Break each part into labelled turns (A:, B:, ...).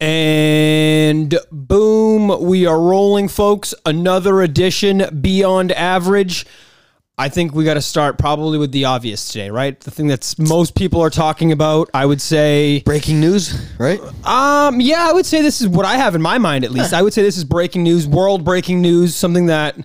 A: And boom, we are rolling, folks. Another edition beyond average. I think we got to start probably with the obvious today, right? The thing that's most people are talking about. I would say,
B: Breaking news, right?
A: um, yeah, I would say this is what I have in my mind at least. I would say this is breaking news, world breaking news, something that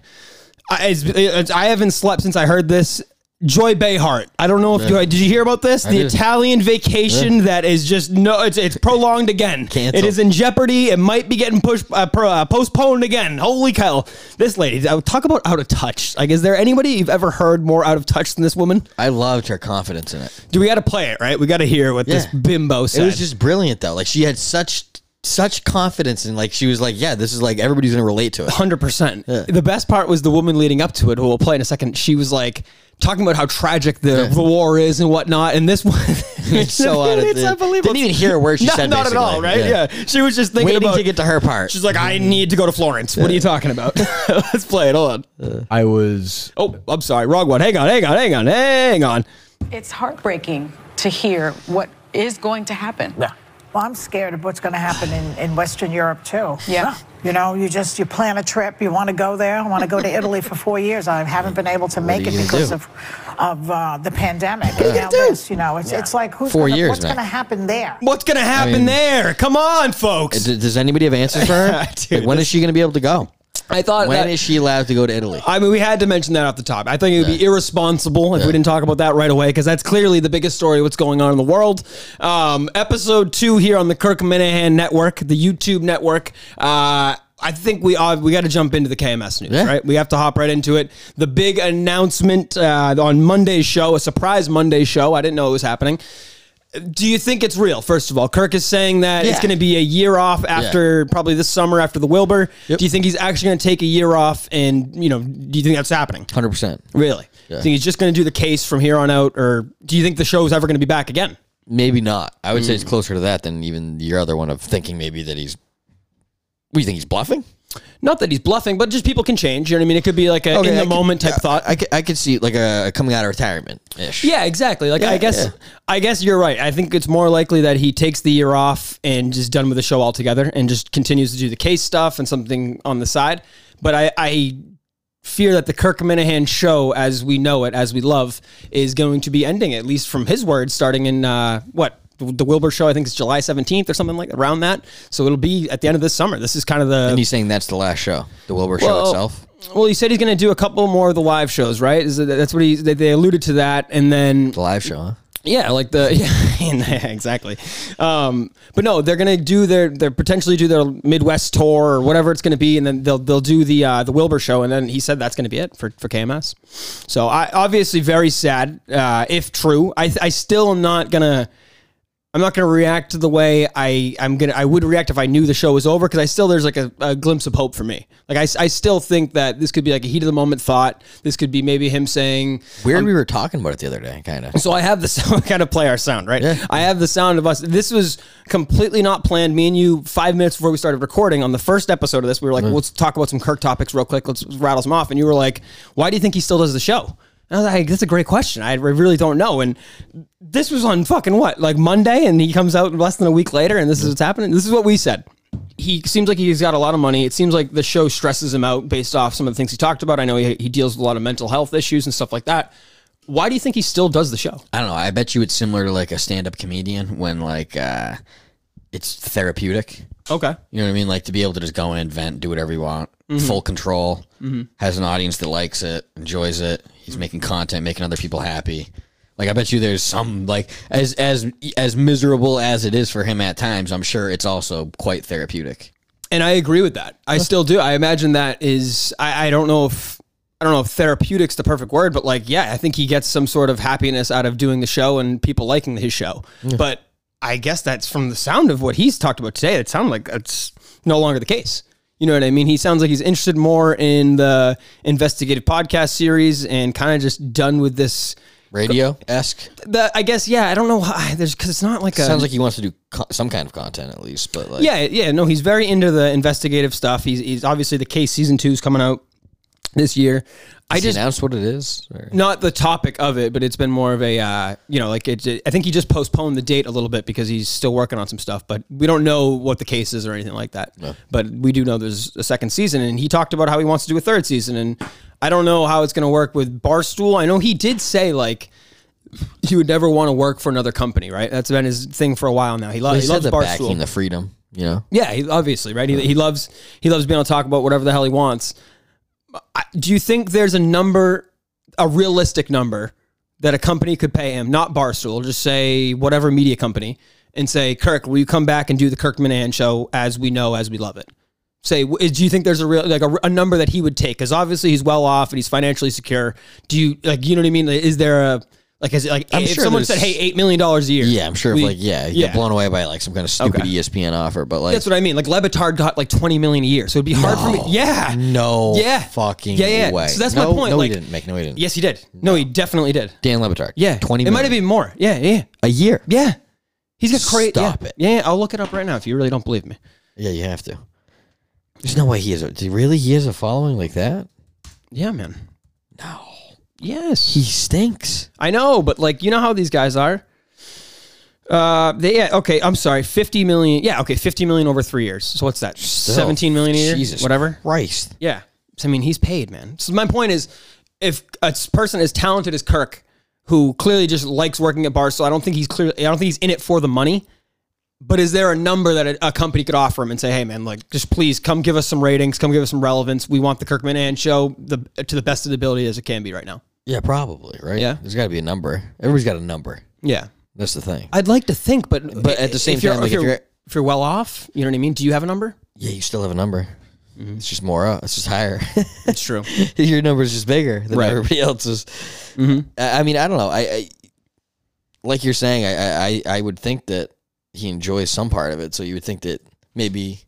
A: I, it's, it's, I haven't slept since I heard this. Joy Behart. I don't know if you did you hear about this? the
B: did.
A: Italian vacation that is just no, it's it's prolonged again.
B: Canceled.
A: It is in jeopardy. It might be getting pushed uh, pro, uh, postponed again. Holy cow! This lady, I would talk about out of touch. Like, is there anybody you've ever heard more out of touch than this woman?
B: I loved her confidence in it.
A: Do we got to play it right? We got to hear what this
B: Yeah.
A: bimbo said.
B: It was just brilliant though. Like she had such such confidence and like she was like, yeah, this is like everybody's gonna relate to it.
A: Hundred percent. The best part was the woman leading up to it, who we'll play in a second. She was like talking about how tragic the, the war is and whatnot. And this one, it's
B: so out of the- didn't even hear a word she
A: No,
B: said,
A: Not at all, right?
B: basically.
A: Yeah.
B: Yeah.
A: she was just thinking
B: Waiting
A: about.
B: to get to her part. Mm-hmm.
A: she's like, I need to go to Florence. What are you talking about? Let's play it. Hold on.
C: I was
A: Oh, I'm sorry, wrong one. Hang on, hang on, hang on, hang on.
D: It's heartbreaking to hear what is going to happen. Yeah.
E: Well, I'm scared of what's going to happen in, in Western Europe too.
D: Yeah.
E: You know, you just you plan a trip. You want to go there. I want to go to Italy for four years. I haven't been able to make
B: you
E: it
B: gonna
E: because
B: do?
E: of of uh, the pandemic. And now this, you know, it's it's like who's
B: Four
E: gonna,
B: years,
E: what's
B: man.
E: going to happen there?
A: What's gonna happen
B: mean-
A: there? Come on, folks.
B: D- Does anybody have answers for her?
A: Dude,
B: like, when is she gonna be able to go?
A: I thought
B: When
A: that-
B: is she allowed to go to Italy?
A: I mean, we had to mention that off the top. I think it would be irresponsible if we didn't talk about that right away because that's clearly the biggest story of what's going on in the world. Um, episode two here on the Kirk Minahan Network, the YouTube network. Uh, I think we uh, we got to jump into the KMS news,
B: Yeah.
A: right? We have to hop right into it. The big announcement uh, on Monday's show, a surprise Monday show. I didn't know it was happening. Do you think it's real? First of all, Kirk is saying that it's
B: Yeah.
A: going to be a year off after probably this summer after the Wilbur.
B: Yep.
A: Do you think he's actually going to take a year off? And you know, do you think that's happening?
B: Hundred percent.
A: Really? Do you think he's just going to do the case from here on out, or do you think the show's ever going to be back again?
B: Maybe not. I would say it's closer to that than even your other one of thinking maybe that he's. What do you think he's bluffing?
A: Not that he's bluffing, but just people can change. You know what I mean? It could be like a in the
B: I could-
A: moment type thought.
B: I could, I could see like a coming out of retirement ish.
A: yeah, exactly. Like I
B: Yeah,
A: guess
B: yeah.
A: I guess you're right. I think it's more likely that he takes the year off and is done with the show altogether and just continues to do the case stuff and something on the side. But I, I fear that the Kirk Minahan show, as we know it, as we love, is going to be ending, at least from his words, starting in uh, what? The the Wilbur show, I think, is July 17th or something like around that. So it'll be at the end of this summer. This is kind of the. Oh,
B: And he's saying that's the last show, the Wilbur show itself.
A: Well, he said he's going to do a couple more of the live shows, right? Is that, that's what he they, they alluded to that, and then
B: The live show, huh?
A: yeah, like the yeah, and- yeah, exactly. Um, but no, they're gonna do their they're potentially do their Midwest tour or whatever it's gonna be, and then they'll they'll do the uh, the Wilbur show, and then he said that's gonna be it for for KMS. So I obviously very sad uh, if true. I I still am not gonna. I'm not going to react to the way I I'm gonna I would react if I knew the show was over because I still there's like a, a glimpse of hope for me. Like I, s- I still think that this could be like a heat of the moment thought. This could be maybe him saying
B: Weird, we were talking about it the other day, kind of.
A: so I have the sound, kind of play our sound, right? I have the sound of us. This was completely not planned. Me and you, five minutes before we started recording on the first episode of this, we were like, let's talk about some Kirk topics real quick. Let's rattle some off. And you were like, why do you think he still does the show? And I was like, that's a great question. I really don't know. And this was on fucking what, like Monday, and he comes out less than a week later, and this is what's happening. This is what we said he seems like he's got a lot of money. It seems like the show stresses him out based off some of the things he talked about. I know he, he deals with a lot of mental health issues and stuff like that. Why do you think he still does the show?
B: I don't know. I bet you it's similar to like a stand-up comedian when like uh it's therapeutic.
A: Okay.
B: You know what I mean? Like to be able to just go in, vent, do whatever you want, full control. Has an audience that likes it, enjoys it. He's making content, making other people happy. Like I bet you there's some like as as as miserable as it is for him at times. I'm sure it's also quite therapeutic.
A: And I agree with that. I still do. I imagine that is, I, I don't know if, I don't know if therapeutic's the perfect word, but like, yeah, I think he gets some sort of happiness out of doing the show and people liking his show. But I guess that's from the sound of what he's talked about today. It sounds like that's no longer the case. You know what I mean? He sounds like he's interested more in the investigative podcast series and kind of just done with this.
B: Radio esque
A: The, I guess, yeah, I don't know. How, there's because it's not like a
B: sounds like he wants to do co- some kind of content at least, but like
A: yeah, yeah. No, he's very into the investigative stuff. He's, he's obviously the case season two is coming out. this year. I
B: Just
A: just
B: announce what it is. Or-
A: not the topic of it, but it's been more of a uh, you know like it, I think he just postponed the date a little bit because he's still working on some stuff, but we don't know what the case is or anything like that. But we do know there's a second season, and he talked about how he wants to do a third season, and I don't know how it's going to work with Barstool. I know he did say like. He would never want to work for another company, right? That's been his thing for a while now. He, lo-
B: He
A: he
B: said
A: loves
B: the
A: Barstool.
B: backing the freedom. You know,
A: Yeah, he, obviously, right? He, he loves he loves being able to talk about whatever the hell he wants. I, do you think there's a number, a realistic number, that a company could pay him, not Barstool, just say whatever media company, and say, Kirk, will you come back and do the Kirk Minahan show as we know, as we love it? Say, w- do you think there's a real like a, a number that he would take? Because obviously he's well off and he's financially secure. Do you like you know what I mean? Like, Is there a like is it like
B: I'm
A: if
B: sure
A: someone
B: there's-
A: said, hey, eight million dollars a year?
B: yeah, I'm sure.
A: we-
B: if like, yeah, you get blown away by like some kind of stupid E
A: Okay.
B: ESPN offer, but like,
A: That's what I mean. Like Levitard got like twenty million a year, so it'd be hard for me. Yeah,
B: no,
A: yeah,
B: fucking,
A: yeah, yeah.
B: way.
A: So that's
B: no,
A: my point.
B: No,
A: like,
B: he didn't make. No, he didn't.
A: Yes, he did. No, he definitely did.
B: Dan Levitard.
A: Yeah,
B: twenty.
A: It might have been more. Yeah, yeah,
B: a year.
A: yeah. He's got crazy.
B: Stop
A: yeah.
B: it.
A: Yeah, I'll look it up right now if you really don't believe me.
B: Yeah, you have to. There's no way he has a. do you- Really, he has a following like that.
A: Yeah, man. No. Yes,
B: He stinks.
A: I know, but like you know how these guys are. Uh, they, yeah. Okay, I'm sorry. Fifty million. Yeah, okay, fifty million over three years. So what's that?
B: Still.
A: Seventeen million a year.
B: Jesus,
A: whatever.
B: Christ.
A: Yeah. So, I mean, he's paid, man. So my point is, if a s- person as talented as Kirk, who clearly just likes working at Barstool, I don't think he's clearly, I don't think he's in it for the money. But is there a number that a, a company could offer him and say, "Hey, man, like, just please come give us some ratings, come give us some relevance. We want the Kirkman and show the to the best of the ability as it can be right now."
B: Yeah, probably. Right.
A: Yeah.
B: There's got to be a number. Everybody's got a number.
A: Yeah,
B: That's the thing.
A: I'd like to think, but
B: But at the same
A: if you're,
B: time,
A: if,
B: like, if
A: you're,
B: you're-
A: if you're well off, you know what I mean. Do you have a number?
B: Yeah, you still have a number. It's just more. Up. It's just higher.
A: Mm-hmm. It's true.
B: Your number's just bigger than
A: Right.
B: everybody else's. I, I mean, I don't know. I, I like you're saying. I, I I would think that he enjoys some part of it. So you would think that maybe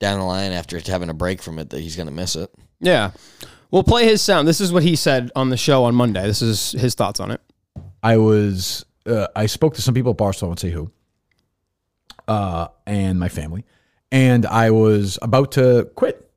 B: down the line after having a break from it that he's gonna miss it.
A: Yeah. We'll play his sound. This is what he said on the show on Monday. This is his thoughts on it.
C: I was uh, I spoke to some people at Barstool, I won't say who, uh, and my family, and I was about to quit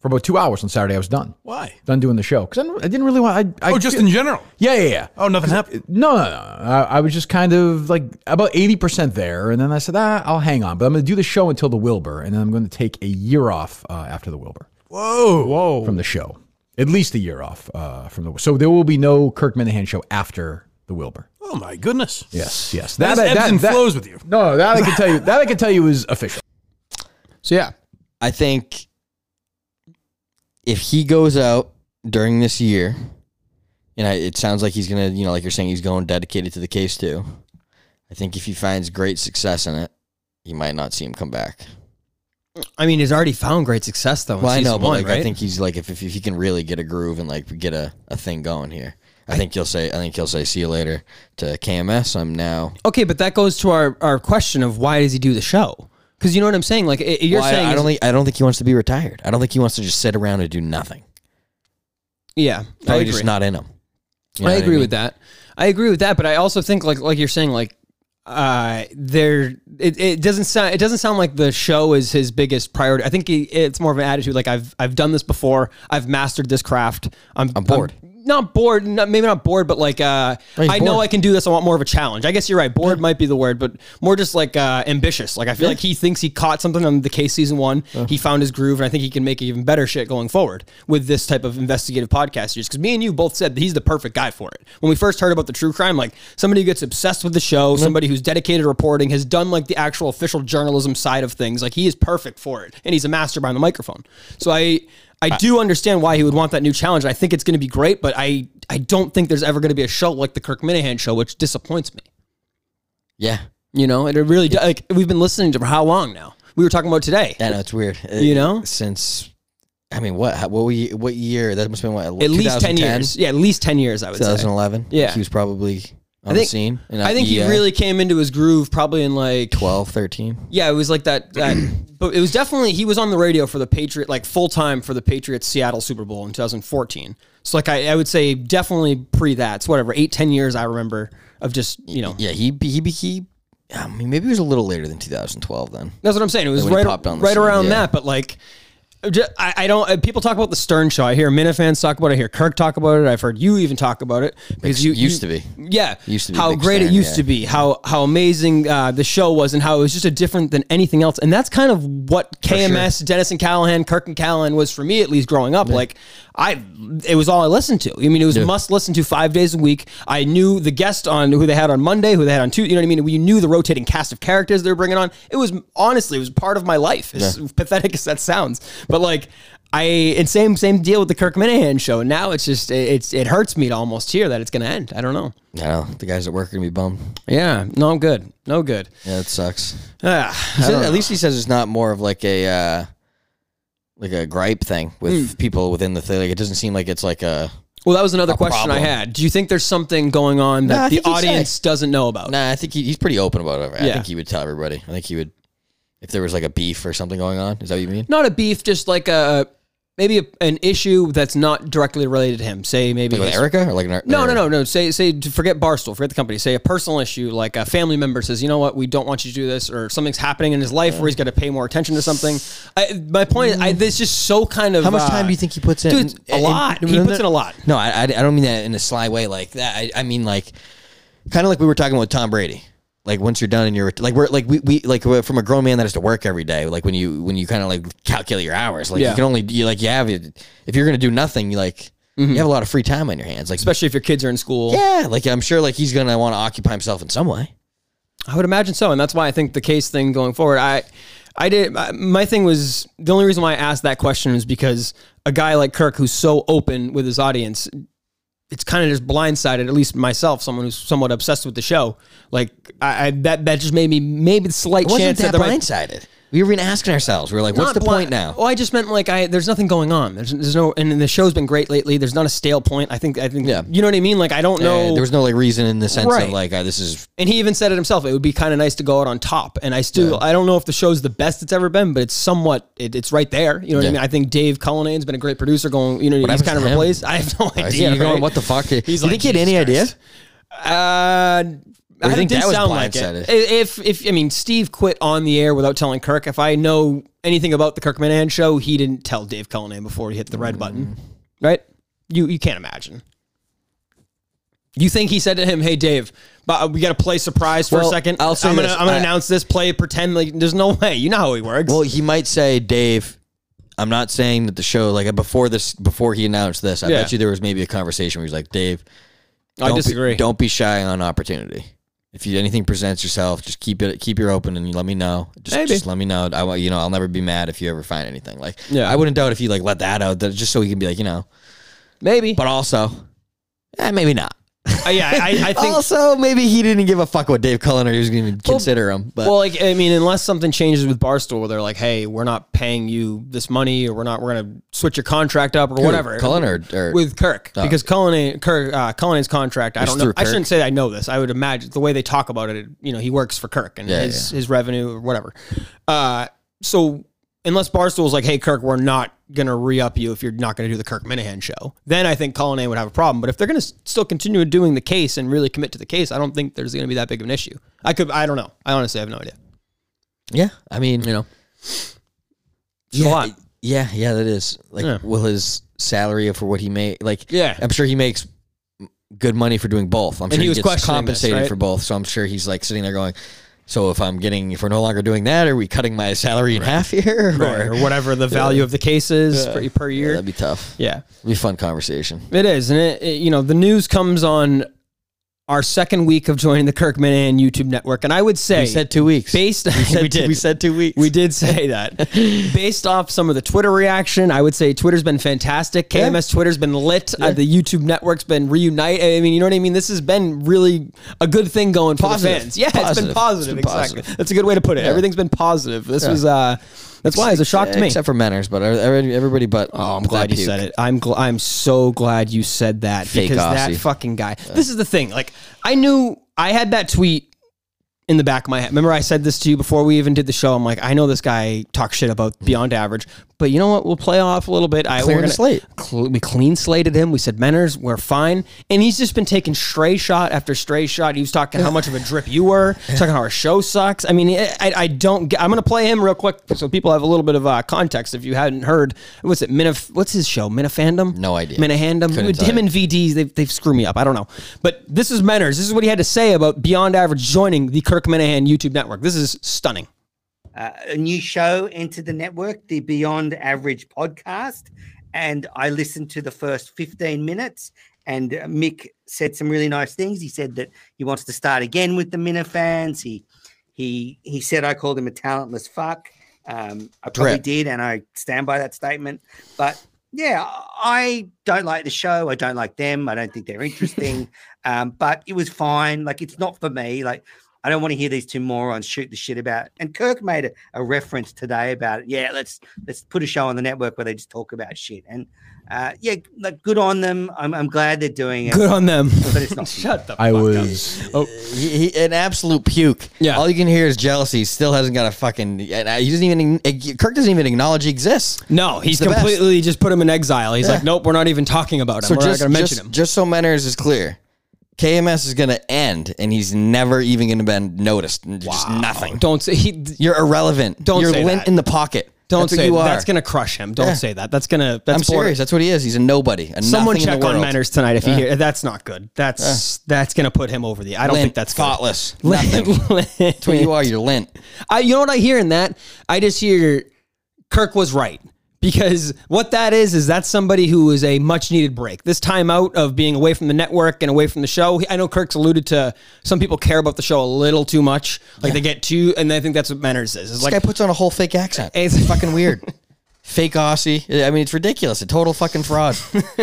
C: for about two hours on Saturday. I was done,
F: Why?
C: done doing the show because I, didn't- I didn't really want. I, I
F: Oh, just in general.
C: yeah, yeah, yeah.
F: Oh, nothing happened.
C: No, no, no. I, I was just kind of like about 80% there. And then I said, ah, I'll hang on, but I'm going to do the show until the Wilbur. And then I'm going to take a year off uh, after the Wilbur
F: Whoa, whoa.
C: from the show. At least a year off uh, from the. So there will be no Kirk Minahan show after the Wilbur.
F: Oh my goodness.
C: Yes, yes.
F: That, ebbs and flows with you.
C: No, that I can tell you. That I can tell you is official.
A: So yeah.
B: I think if he goes out during this year, and I, it sounds like he's gonna, you know, like you're saying, he's going dedicated to the case too. I think if he finds great success in it, you might not see him come back.
A: I mean, he's already found great success though. In
B: Well, I
A: season
B: know, but
A: one,
B: like,
A: right?
B: I think he's like, if, if if he can really get a groove and like get a, a thing going here, I, think he'll say, I think he'll say, see you later to KMS. I'm now.
A: okay, but that goes to our, our question of why does he do the show? Because you know what I'm saying. Like i- you're
B: Well, I-
A: saying,
B: I,
A: is-
B: don't think I don't think he wants to be retired. I don't think he wants to just sit around and do nothing.
A: yeah, I
B: Probably
A: agree.
B: just not in him. You know
A: I
B: what
A: agree with that. I agree with that, but I also think like like you're saying like uh there it, it doesn't sound it doesn't sound like the show is his biggest priority. I think he, it's more of an attitude like I've I've done this before. I've mastered this craft. I'm I'm
B: bored.
A: not bored, not, maybe not bored, but like uh,
B: he's
A: I know
B: bored.
A: I can do this. I want more of a challenge. I guess you're right. Bored might be the word, but more just like uh, ambitious. Like I feel like he thinks he caught something on the case season one. He found his groove, and I think he can make even better shit going forward with this type of investigative podcast series. Because me and you both said that he's the perfect guy for it. When we first heard about the true crime, like somebody who gets obsessed with the show, somebody who's dedicated to reporting, has done like the actual official journalism side of things. Like he is perfect for it, and he's a master behind the microphone. So I. I do understand why he would want that new challenge. I think it's going to be great, but I, I don't think there's ever going to be a show like the Kirk Minahan show, which disappoints me.
B: Yeah,
A: You know, and it really do- like we've been listening to for how long now? We were talking about today.
B: I know it's weird. Uh,
A: You know?
B: since I mean, what how- what we what year? That must have been what
A: At least ten years. Yeah, at least ten years. I would say.
B: 2011.
A: Yeah.
B: he was probably on
A: I think.
B: the scene. uh, E and
A: I think he
B: EF,
A: really came into his groove probably in like
B: 12, 13.
A: Yeah, it was like that. that but it was definitely he was on the radio for the Patriot, like full time for the Patriots Seattle Super Bowl in 2014. So like I, I would say definitely pre that. It's whatever eight ten years I remember of just you know.
B: Yeah, he be- he be- he. I mean, maybe he was a little later than 2012. Then
A: That's what I'm saying. It was
B: When he
A: right,
B: popped on the
A: right
B: scene,
A: around
B: yeah.
A: that, but like Ju- I, I don't. uh, People talk about the Stern Show. I hear Minifans talk about it. I hear Kirk talk about it. I've heard you even talk about it because you
B: used
A: you-
B: to be.
A: Yeah,
B: Used to be
A: How
B: Big
A: great it
B: Stern,
A: used
B: yeah.
A: to be. How how amazing uh, the show was, and how it was just a different than anything else. And that's kind of what KMS, Dennis and Callahan, Kirk and Callahan was for me at least growing up. Like I, it was all I listened to. I mean, it was must listen to five days a week. I knew the guest on who they had on Monday, who they had on Tuesday. You know what I mean? We knew the rotating cast of characters they were bringing on. It was honestly, it was part of my life. As pathetic as that sounds, but like. I and same same deal with the Kirk Minahan show. Now it's just it, it's it hurts me to almost hear that it's going to end. I don't know.
B: No, the guys at work are gonna be bummed.
A: Yeah, no, I'm good. No good.
B: Yeah, it sucks.
A: Ah,
B: He
A: I
B: said-
A: don't
B: at
A: know.
B: least he says it's not more of like a uh, like a gripe thing
A: Hmm.
B: with people within the thing. Like it doesn't seem like it's like a.
A: well, that was another
B: a
A: question I
B: problem.
A: had. Do you think there's something going on
B: Nah, I
A: that the
B: think he'd say.
A: audience doesn't know about?
B: Nah, I think he, he's pretty open about it. I
A: Yeah.
B: think he would tell everybody. I think he would if there was like a beef or something going on. Is that what you mean?
A: Not a beef, just like a maybe a, an issue that's not directly related to him. Say maybe
B: Like with
A: his-
B: Erica or like an,
A: No, no, no, no. Say, say, forget Barstool, forget the company. Say a personal issue, like a family member says, you know what, we don't want you to do this, or something's happening in his life where he's got to pay more attention to something. I, my point, is, I, this just so kind of. uh,
B: How much time do you think he puts in?
A: Dude, a lot. he puts in a lot.
B: No, I, I, I don't mean that in a sly way like that. I, I mean like kind of like we were talking about Tom Brady. Like once you're done and you're like we're like we, we like we're from a grown man that has to work every day. Like when you when you kind of like calculate your hours, like
A: Yeah.
B: you can only you like you have it if you're gonna do nothing, you like
A: Mm-hmm.
B: you have a lot of free time on your hands. Like
A: Especially if your kids are in school.
B: yeah, like I'm sure like he's gonna want to occupy himself in some way.
A: I would imagine so, and that's why I think the case thing going forward. I, I did my- my thing was the only reason why I asked that question is because a guy like Kirk, who's so open with his audience, it's kind of just blindsided. At least myself, someone who's somewhat obsessed with the show, like I, I that that just made me maybe the slight
B: It wasn't
A: chance
B: that
A: there might-
B: blindsided. We were even asking ourselves. We were like, what's
A: not
B: the
A: bli-
B: point now?
A: Well, I just meant like I there's nothing going on. There's, there's no and the show's been great lately. There's not a stale point. I think I think
B: Yeah.
A: you know what I mean. Like I don't know.
B: Uh, there was no like reason in the sense
A: Oh. Right.
B: of like uh, this is
A: And he even said it himself. It would be kind of nice to go out on top. And I still, I don't know if the show's the best it's ever been, but it's somewhat, it, it's right there. You know what I
B: Yeah.
A: mean? I think Dave Cullinane's been a great producer. Going, you know, he's
B: happens
A: kind of
B: to him?
A: replaced. I have no
B: I see
A: idea.
B: you
A: right?
B: going, what the fuck?
A: He's
B: you
A: like,
B: think he had any
A: Jesus
B: idea?
A: Christ. Uh, I
B: think
A: didn't
B: that was
A: sound like
B: blindsided.
A: it. I- If, if I mean, Steve quit on the air without telling Kirk. If I know anything about the Kirk Minahan show, he didn't tell Dave Cullinan before he hit the
B: Mm.
A: red button, right? You you can't imagine. You think he said to him, "Hey Dave, but uh, we got to play surprise for a
B: Well,
A: second.
B: I'll say
A: I'm gonna
B: this.
A: I'm gonna
B: I-
A: announce this play. Pretend like there's no way. You know how he works.
B: Well, he might say, Dave, I'm not saying that the show like before this before he announced this. I
A: Yeah.
B: bet you there was maybe a conversation where he's like, Dave,
A: I
B: don't be-
A: disagree.
B: don't be shy on opportunity. If you anything presents yourself, just keep it keep your open and you let me know. Just,
A: Maybe.
B: just let me know. I want you know I'll never be mad if you ever find anything. Like
A: Yeah.
B: I wouldn't doubt if he like let that out that just so he can be like you know.
A: Maybe,
B: But also, eh, maybe not.
A: Uh, yeah, I, I think.
B: also, maybe he didn't give a fuck what Dave Cullen or he was going to consider him. But
A: well, like I mean, unless something changes with Barstool, where they're like, "Hey, we're not paying you this money, or we're not, we're gonna switch your contract up, or whatever."
B: Cullen or- or-
A: with Kirk,
B: Oh.
A: because Cullen, Kirk, uh, Cullinan's contract. I
B: It's
A: don't know.
B: through
A: I shouldn't
B: Kirk?
A: say I know this. I would imagine the way they talk about it. You know, he works for Kirk and
B: Yeah,
A: his his revenue or whatever. Uh, so unless Barstool's like, "Hey, Kirk, we're not gonna re up you if you're not gonna do the Kirk Minahan show," then I think Cullinan would have a problem. But if they're gonna s- still continue doing the case and really commit to the case, I don't think there's gonna be that big of an issue. I could. I don't know. I honestly have no idea.
B: yeah, I mean, you know,
A: It's a lot.
B: Yeah, yeah, that is. Like,
A: Yeah.
B: will his salary for what he made? Like,
A: Yeah.
B: I'm sure he makes good money for doing both. I'm sure
A: he was
B: gets
A: questioning
B: compensated
A: this, right?
B: for both. So I'm sure he's like sitting there going, "So if I'm getting, if we're no longer doing that, are we cutting my salary in half here?
A: or, whatever the value of the case is per, per
B: Yeah,
A: year.
B: that'd be tough.
A: Yeah,
B: It'd be a fun conversation.
A: it is, and it, it- you know the news comes on our second week of joining the Kirkman and YouTube network, and I would say
B: We said two weeks.
A: based
B: we, said,
A: we did
B: We said two weeks.
A: We did say that. Based off some of the Twitter reaction, I would say Twitter's been fantastic. KMS Twitter's been lit. Uh, the YouTube network's been reunited. I mean, you know what I mean? This has been really a good thing going for
B: Positive.
A: the fans. Yeah, it's been
B: Positive.
A: positive.
B: It's been
A: exactly.
B: positive.
A: That's a good way to put it.
B: Yeah.
A: Everything's been positive. This was uh that's why it's a shock to me.
B: except for Manners, but everybody, everybody but.
A: Oh, I'm glad you said it. I'm gl- I'm so glad you said that
B: Fake
A: because that
B: Aussie.
A: fucking guy. This is the thing. Like I knew I had that tweet in the back of my head. Remember, I said this to you before we even did the show. I'm like, I know this guy talks shit about beyond average, but you know what? We'll play off a little bit. I
B: Clear
A: we're
B: the slate.
A: cl- we clean slated him. We said Menners, we're fine, and he's just been taking stray shot after stray shot. He was talking how much of a drip you were, talking how our show sucks. I mean, I, I- I don't. Get, I'm gonna play him real quick so people have a little bit of uh, context if you hadn't heard. What's it? Minif- what's his show? Minifandom?
B: No idea.
A: Minifandom.
B: Couldn't tell
A: Him
B: you.
A: and VDs, they've, they've screwed me up. I don't know. But this is Menners. This is what he had to say about Beyond Average joining the Kirk Minahan YouTube network. This is stunning.
G: a new show entered the network, the Beyond Average podcast. And I listened to the first 15 minutes, and uh, Mick said some really nice things. He said that he wants to start again with the Minifans. He he he said I called him a talentless fuck. Um, I probably
B: Drip.
G: did, and I stand by that statement. But yeah, I don't like the show. I don't like them. I don't think they're interesting. um, but it was fine. Like it's not for me. Like I don't want to hear these two morons shoot the shit about. And Kirk made a, a reference today about it. Yeah, let's let's put a show on the network where they just talk about shit. And uh, yeah, like good on them. I'm, I'm glad they're doing it.
A: Good on them.
G: But it's not. for me.
A: Shut the
C: I
A: fuck
C: was
A: up. Oh,
B: He, he, an absolute puke.
A: Yeah.
B: All you can hear is jealousy. Still hasn't got a fucking. and I- He doesn't even. Kirk doesn't even acknowledge he exists.
A: no, he's
B: the best.
A: completely just put him in exile. He's
B: Yeah.
A: like, nope, we're not even talking about him.
B: So
A: we're
B: just,
A: not going to mention
B: just,
A: him.
B: just so Menners is clear, KMS is going to end, and he's never even going to be noticed. Just nothing.
A: Don't say he.
B: You're irrelevant.
A: Don't
B: You're
A: say
B: lint
A: that.
B: in the pocket.
A: Don't
B: That's what
A: say
B: you
A: that.
B: are.
A: That's going to crush him. Don't
B: Yeah.
A: say that. That's going to. That's
B: I'm
A: border-
B: serious. That's what he is. He's a nobody. A
A: Someone
B: nothing in
A: check
B: the
A: on
B: world.
A: Menners tonight if you hear. That's not good. That's that's going to put him over the. I don't
B: Lint,
A: think that's good.
B: thoughtless. Nothing. That's what you are. You're lint.
A: I you know what I hear in that? I just hear Kirk was right. Because what that is is that's somebody who is a much needed break. This time out of being away from the network and away from the show. I know Kirk's alluded to some people care about the show a little too much. Like they get too and I think that's what Manners is. It's
B: This
A: like
B: guy puts on a whole fake accent.
A: It's-
B: It's fucking weird. fake Aussie. I mean, it's ridiculous. A total fucking fraud.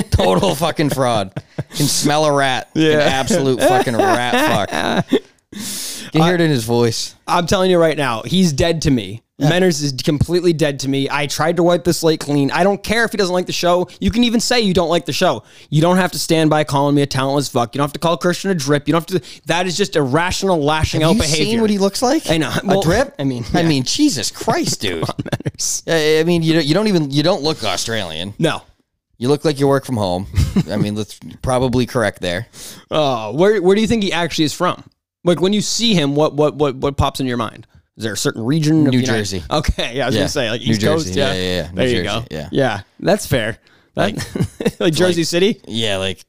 B: total fucking fraud. Can smell a rat. Yeah. An absolute fucking rat fuck. Can hear it in his voice.
A: I'm telling you right now, he's dead to me. Menners is completely dead to me. I tried to wipe the slate clean. I don't care if he doesn't like the show. You can even say you don't like the show. You don't have to stand by calling me a talentless fuck. You don't have to call Christian a drip. You don't have to. That is just irrational lashing
B: Have
A: out
B: you
A: behavior.
B: seen what he looks like?
A: I know.
B: a
A: Well,
B: drip.
A: I mean,
B: I
A: yeah.
B: mean, Jesus Christ, dude.
A: Manners.
B: I I mean, you don't, you don't even you don't look Australian.
A: No.
B: You look like you work from home. I mean, that's probably correct there.
A: Oh, where where do you think he actually is from? Like when you see him, what what what what pops into your mind? Is there a certain region? of
B: New
A: the United-
B: Jersey.
A: Okay, yeah, I was
B: Yeah.
A: gonna say like
B: New
A: East Coast.
B: Jersey.
A: Yeah,
B: Yeah, yeah, yeah. New
A: There you
B: Jersey,
A: go.
B: yeah.
A: yeah, that's fair. That, like, Jersey City.
B: Yeah, like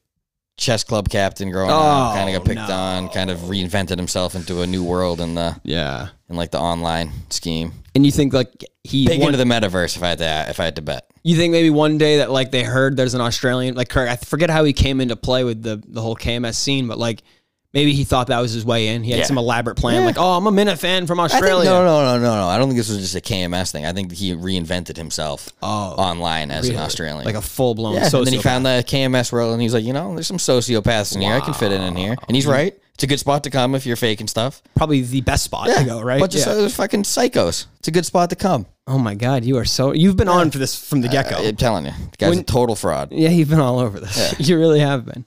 B: chess club captain growing
A: Oh,
B: up, kind of got picked
A: no.
B: on, kind of reinvented himself into a new world in the
A: Yeah.
B: in like the online scheme.
A: And you think like he
B: Big
A: one,
B: into the metaverse if I had to if I had to bet.
A: you think maybe one day that like they heard there's an Australian like Kirk, I forget how he came into play with the the whole KMS scene, but like maybe he thought that was his way in. He had
B: Yeah.
A: some elaborate plan, like, oh, I'm a Minifan from
B: I think, no,
A: Australia.
B: no, no, no, no. I don't think this was just a KMS thing. I think he reinvented himself online as an
A: Really?
B: Australian.
A: Like a full blown
B: yeah,
A: sociopath.
B: and then he found the KMS world, and he's like, you know, there's some sociopaths in here. I can fit in in here, and he's right. It's a good spot to come if you're fake and stuff.
A: probably the best spot to go, right?
B: Bunch
A: Yeah.
B: of so- fucking psychos. It's a good spot to come.
A: oh my god, you are so you've been on for this from the get go.
B: I'm telling you, the guy's
A: When-
B: a total fraud.
A: Yeah, you've been all over this. You really have been.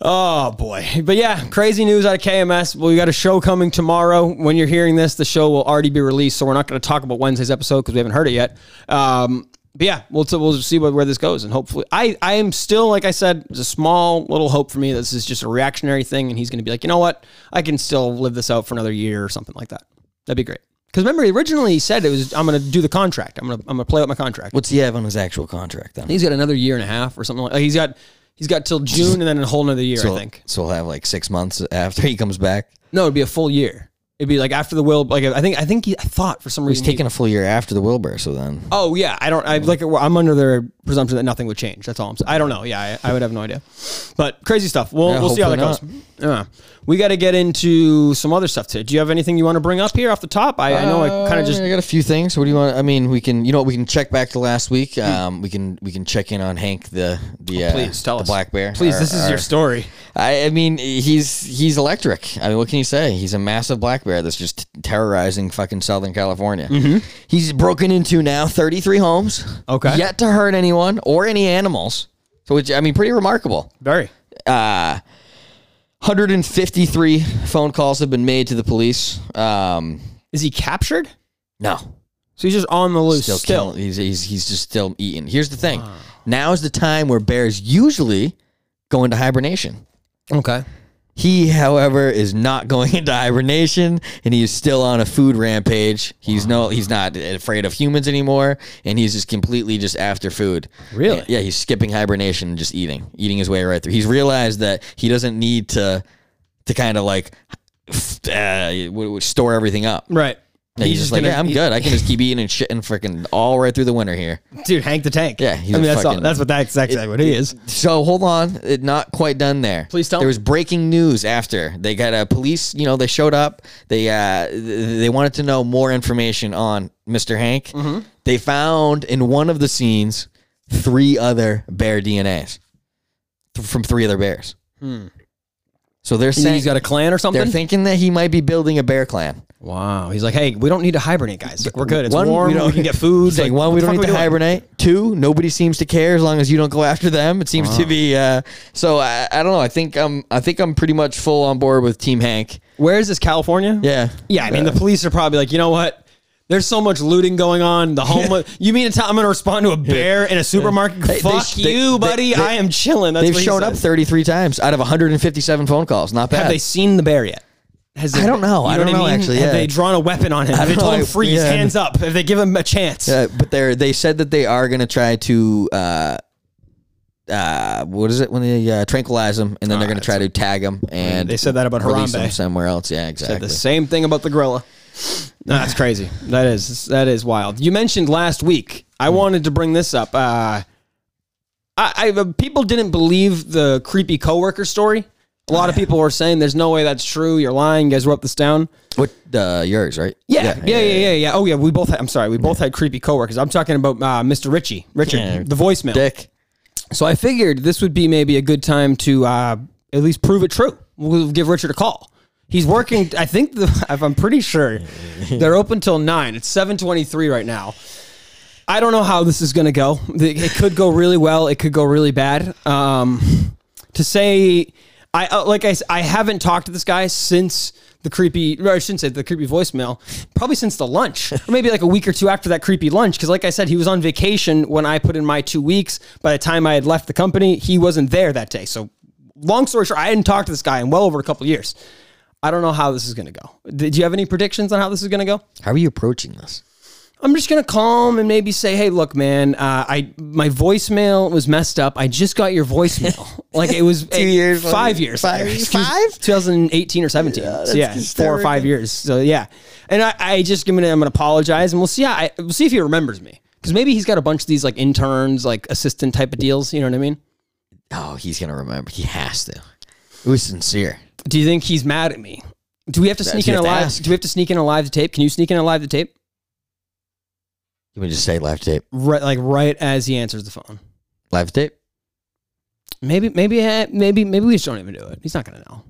A: Oh boy. But yeah, crazy news out of KMS. Well, we got a show coming tomorrow. When you're hearing this, the show will already be released, so we're not going to talk about Wednesday's episode because we haven't heard it yet. Um, but yeah, we'll t- we'll see where, where this goes, and hopefully, I I am still like I said, it's a small little hope for me. This is just a reactionary thing, and he's going to be like, you know what, I can still live this out for another year or something like that. That'd be great. Because remember, he originally said it was I'm going to do the contract. I'm going to I'm going to play out my contract.
B: What's he have on his actual contract then?
A: He's got another year and a half or something like. Like he's got he's got till June and then a whole another year.
B: so,
A: I think.
B: so he'll have like six months after he comes back.
A: No, it'd be a full year. It'd be like after the will. Like I think I think he, I thought for some
B: He's
A: reason he-
B: taking a full year after the Wilbur, so then
A: Oh yeah, I don't. I like. I'm under the presumption that nothing would change. That's all I'm saying. I don't know. Yeah, I, I would have no idea. But crazy stuff. We'll
B: Yeah,
A: we'll see how that goes.
B: hopefully
A: Yeah. We got to get into some other stuff today. Do you have anything you want to bring up here off the top? I, I know I kind of just
B: I got a few things. What do you want? I mean, we can you know what, we can check back to last week. Um, we can we can check in on Hank the the uh,
A: please tell
B: the
A: us.
B: black bear.
A: Please,
B: Our-
A: this is
B: our-
A: your story.
B: I, I mean, he's he's electric. I mean, what can you say? He's a massive black bear that's just terrorizing fucking Southern California. He's broken into now 33 homes.
A: Okay.
B: Yet to hurt anyone or any animals. So, which, I mean, pretty remarkable.
A: Very.
B: 153 phone calls have been made to the police. Um,
A: Is he captured?
B: no,
A: So he's just on the loose still.
B: still, killing- He's, he's he's just still eating. Here's the thing. Now is the time where bears usually go into hibernation.
A: Okay.
B: He, however, is not going into hibernation, and he is still on a food rampage. He's no, he's not afraid of humans anymore, and he's just completely just after food.
A: Really?
B: Yeah, he's skipping hibernation and just eating, eating his way right through. He's realized that he doesn't need to, to kind of like, uh, w- w- store everything up.
A: Right.
B: Yeah, he's, just like,
A: gonna-
B: yeah, I'm
A: he-
B: good. I can just keep eating and shit and freaking all right through the winter here.
A: Dude, Hank the Tank.
B: Yeah, he's
A: I mean,
B: a
A: that's, all,
B: fucking-
A: that's what that's exactly what he is.
B: So hold on, it not quite done there.
A: Please tell
B: There
A: me.
B: was breaking news after they got a police. You know, they showed up. They uh, th- they wanted to know more information on Mr. Hank.
A: Mm-hmm.
B: They found in one of the scenes three other bear DNAs th- from three other bears. So they're
A: You think
B: saying
A: Hmm. he's got a clan or
B: they're
A: something.
B: thinking that he might be building a bear clan.
A: wow. He's like, hey, we don't need to hibernate, guys. Like, we're good. It's
B: One,
A: warm.
B: we
A: We,
B: don't-
A: can get food.
B: He's like,
A: what
B: one, we
A: the
B: don't
A: fuck
B: need
A: are
B: to
A: doing?
B: hibernate. Two, nobody seems to care as long as you don't go after them. It seems to be. Uh, so I, I don't know. I think I'm. I think I'm pretty much full on board with Team Hank.
A: Where is this, California?
B: Yeah.
A: Yeah, I mean, the police are probably like, you know what? There's so much looting going on. The homeless. You mean to tell I'm going to respond to a bear in a supermarket?
B: They- they-
A: Fuck
B: they-
A: you,
B: they-
A: buddy.
B: they-
A: I am chilling. That's
B: They've
A: what he
B: shown up
A: says.
B: 33 times out of 157 phone calls. Not bad.
A: Have they seen the bear yet? Has
B: I don't know. I don't
A: what
B: know, actually,
A: Have
B: yeah.
A: they drawn a weapon on him? Have they
B: don't
A: told
B: know,
A: him
B: I-
A: freeze,
B: yeah.
A: hands up? Have they give him a chance?
B: Uh, but they're they said that they are going to try to. Uh, uh, what is it when they uh, tranquilize him and then they're going to try to tag him and
A: Ah, They said that about
B: release him
A: Harambe.
B: somewhere else. Yeah,
A: Said
B: exactly.
A: the same thing about the gorilla. No, that's crazy. That is that is wild. You mentioned last week. I wanted to bring this up. Uh, I, I people didn't believe the creepy coworker story. A lot of people were saying, "There's no way that's true. You're lying. You guys wrote this down."
B: What uh, yours, right?
A: Yeah, yeah, yeah, yeah, yeah. Oh yeah, we both. Had, I'm sorry, we both had creepy coworkers. I'm talking about uh, Mr. Richie, Richard,
B: Yeah.
A: the voicemail.
B: Dick.
A: So I figured this would be maybe a good time to uh, at least prove it true. We'll give Richard a call. He's working. I think the, if I'm pretty sure they're open till nine. It's seven twenty three right now. I don't know how this is going to go. The- It could go really well. It could go really bad. Um, to say, I uh, like I, s- I haven't talked to this guy since the creepy. Or I shouldn't say the creepy voicemail. Probably since the lunch, or maybe like a week or two after that creepy lunch. Because like I said, he was on vacation when I put in my two weeks. By the time I had left the company, he wasn't there that day. So, long story short, I hadn't talked to this guy in well over a couple years. I don't know how this is going to go. Did you have any predictions on how this is going to go?
B: How are you approaching this?
A: I'm just gonna call him and maybe say, "Hey, look, man, uh, I my voicemail was messed up. I just got your voicemail. like it was two
B: years
A: five
B: later.
A: years,
B: Five
A: later.
B: years?
A: Excuse-
B: Five?
A: 2018 or 17. Yeah, so yeah, four or five years. So yeah, and I, I just I'm gonna I'm gonna apologize and we'll see. How I, we'll see if he remembers me because maybe he's got a bunch of these like interns, like assistant type of deals. You know what I mean?
B: Oh, he's gonna remember. He has to. It was sincere.
A: Do you think he's mad at me? Do we have to sneak
B: you
A: in a
B: have to
A: live?
B: ask.
A: Do we have to sneak in a live to tape? Can you sneak in a live to tape?
B: You would just say live tape.
A: Right, like right as he answers the phone.
B: Live tape.
A: Maybe, maybe, eh, maybe, maybe we just don't even do it. He's not gonna know.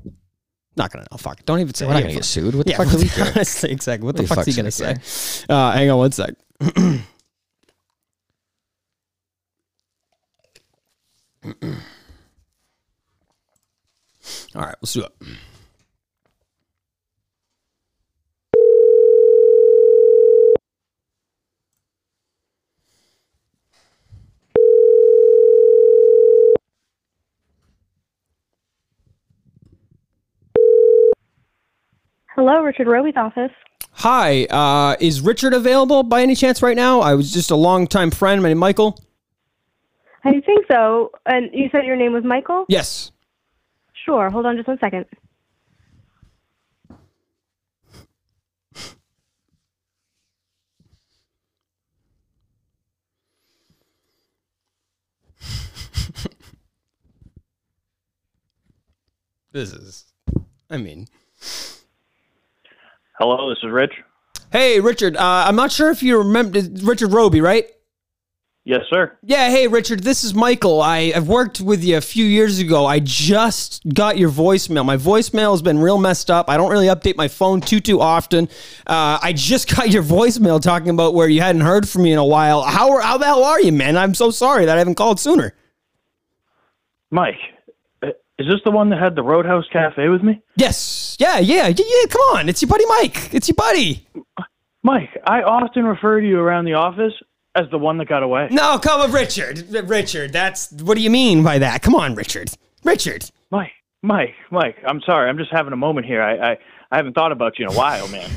A: Not gonna know. Fuck. it. Don't even say.
B: We're not
A: it.
B: gonna
A: Yeah,
B: get sued. What the
A: yeah,
B: fuck do we care?
A: honestly, exactly. What the
B: Who the
A: fuck's he gonna
B: fuck's
A: say?
B: gonna
A: Uh, hang on one sec. All right, let's do it.
H: Hello, Richard Roby's office.
A: Hi, uh, is Richard available by any chance right now? I was just a longtime friend, my name is Michael.
H: I think so. And you said your name was Michael?
A: Yes.
H: Sure. Hold on just one second.
A: This is. I mean.
I: Hello, this is Rich.
A: Hey, Richard. Uh, I'm not sure if you remember Richard Roby, right?
I: Yes, sir.
A: Yeah, hey Richard, this is Michael. I, I've worked with you a few years ago. I just got your voicemail. My voicemail has been real messed up. I don't really update my phone too too often. Uh, I just got your voicemail talking about where you hadn't heard from me in a while. How are, how the hell are you, man? I'm so sorry that I haven't called sooner.
I: Mike, uh, Is this the one that had the Roadhouse Cafe with me?
A: Yes. Yeah, yeah, yeah, yeah. Come on. It's your buddy Mike. It's your buddy.
I: Mike, I often refer to you around the office as the one that got away.
A: No, come on, Richard. Richard, that's what do you mean by that? Come on, Richard. Richard.
I: Mike, Mike, Mike, I'm sorry. I'm just having a moment here. I, I, I haven't thought about you in a while, man.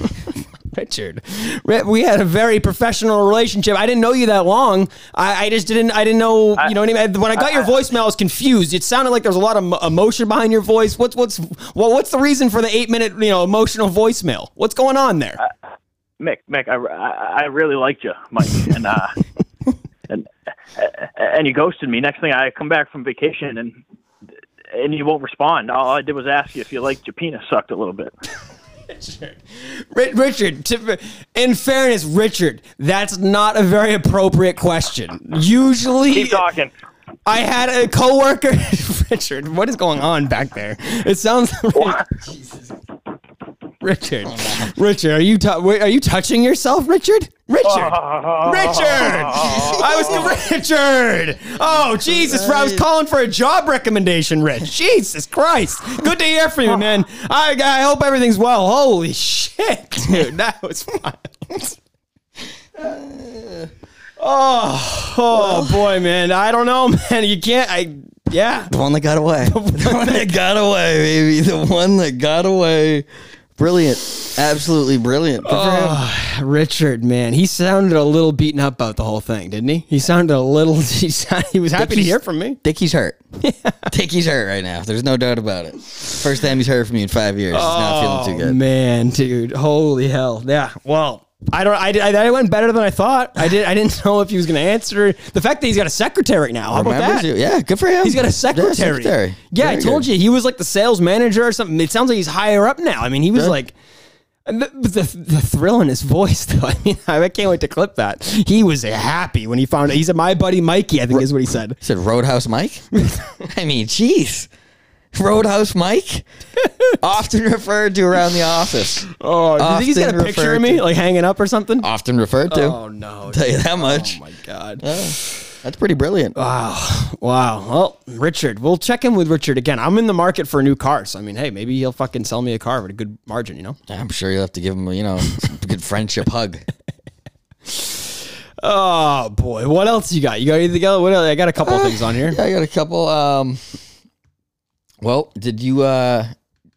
A: Richard, Ri- we had a very professional relationship. I didn't know you that long. I, I just didn't. I didn't know. you know what I mean. When I got your voicemail, I was confused. It sounded like there was a lot of mo- emotion behind your voice. What's what's well, what's the reason for the eight minute you know emotional voicemail? What's going on there?
I: Mick, Mick, I, I, I really liked you, Mike, and uh, and and you ghosted me. Next thing, I come back from vacation and and you won't respond. All I did was ask you if you liked your penis sucked a little bit.
A: Ri- Richard, to, in fairness, Richard, that's not a very appropriate question. Usually,
I: Keep talking.
A: I had a coworker, Richard. What is going on back there? It sounds Richard. Richard, are you tou- wait, are you touching yourself, Richard? Richard, Richard. I was Richard. Oh Jesus! I was calling for a job recommendation, Rich. Jesus Christ! Good to hear from you, man. I I hope everything's well. Holy shit, dude, that was wild. Oh, oh boy, man. I don't know, man. You can't. I yeah.
B: The one that got away. the one that got away, baby. The one that got away. Brilliant. Absolutely brilliant. Good for him.
A: Richard, man, he sounded a little beaten up about the whole thing, didn't he? He sounded a little. He, sound, he was happy to hear from me.
B: Dicky's hurt. Dicky's hurt right now. There's no doubt about it. First time he's heard from you in five years. He's not feeling too
A: Oh,
B: good.
A: Man, dude, holy hell, yeah. Well, I don't. I, I that went better than I thought. I did. I didn't know if he was going to answer. The fact that he's got a secretary now. How about
B: Remembers
A: that?
B: you. Yeah, good for him.
A: He's got a
B: Yeah,
A: secretary. Yeah,
B: secretary.
A: I
B: Very
A: told
B: good.
A: you he was like the sales manager or something. It sounds like he's higher up now. I mean, he was
B: Good.
A: like and the, but the the thrill in his voice though. I mean, I can't wait to clip that. He was happy when he found out. He said, "My buddy Mikey," I think is what he said.
B: He said Roadhouse Mike. I mean, jeez. Roadhouse Mike, often referred to around the office.
A: Oh, do you think he's got
B: Often
A: a picture of
B: referred
A: me
B: to-
A: like hanging up or something?
B: Often referred to.
A: Oh no!
B: I'll tell you that much. Ah,
A: Oh my god!
B: That's pretty brilliant.
A: Wow. Well, Richard, we'll check in with Richard again. I'm in the market for a new car, so I mean, hey, maybe he'll fucking sell me a car at a good margin, you know?
B: I'm sure you'll have to give him, you know, a good friendship hug.
A: Oh boy, what else you got? You got anything else? What else? I got a couple things on here.
B: Yeah, I got a couple. Um, well, did you uh,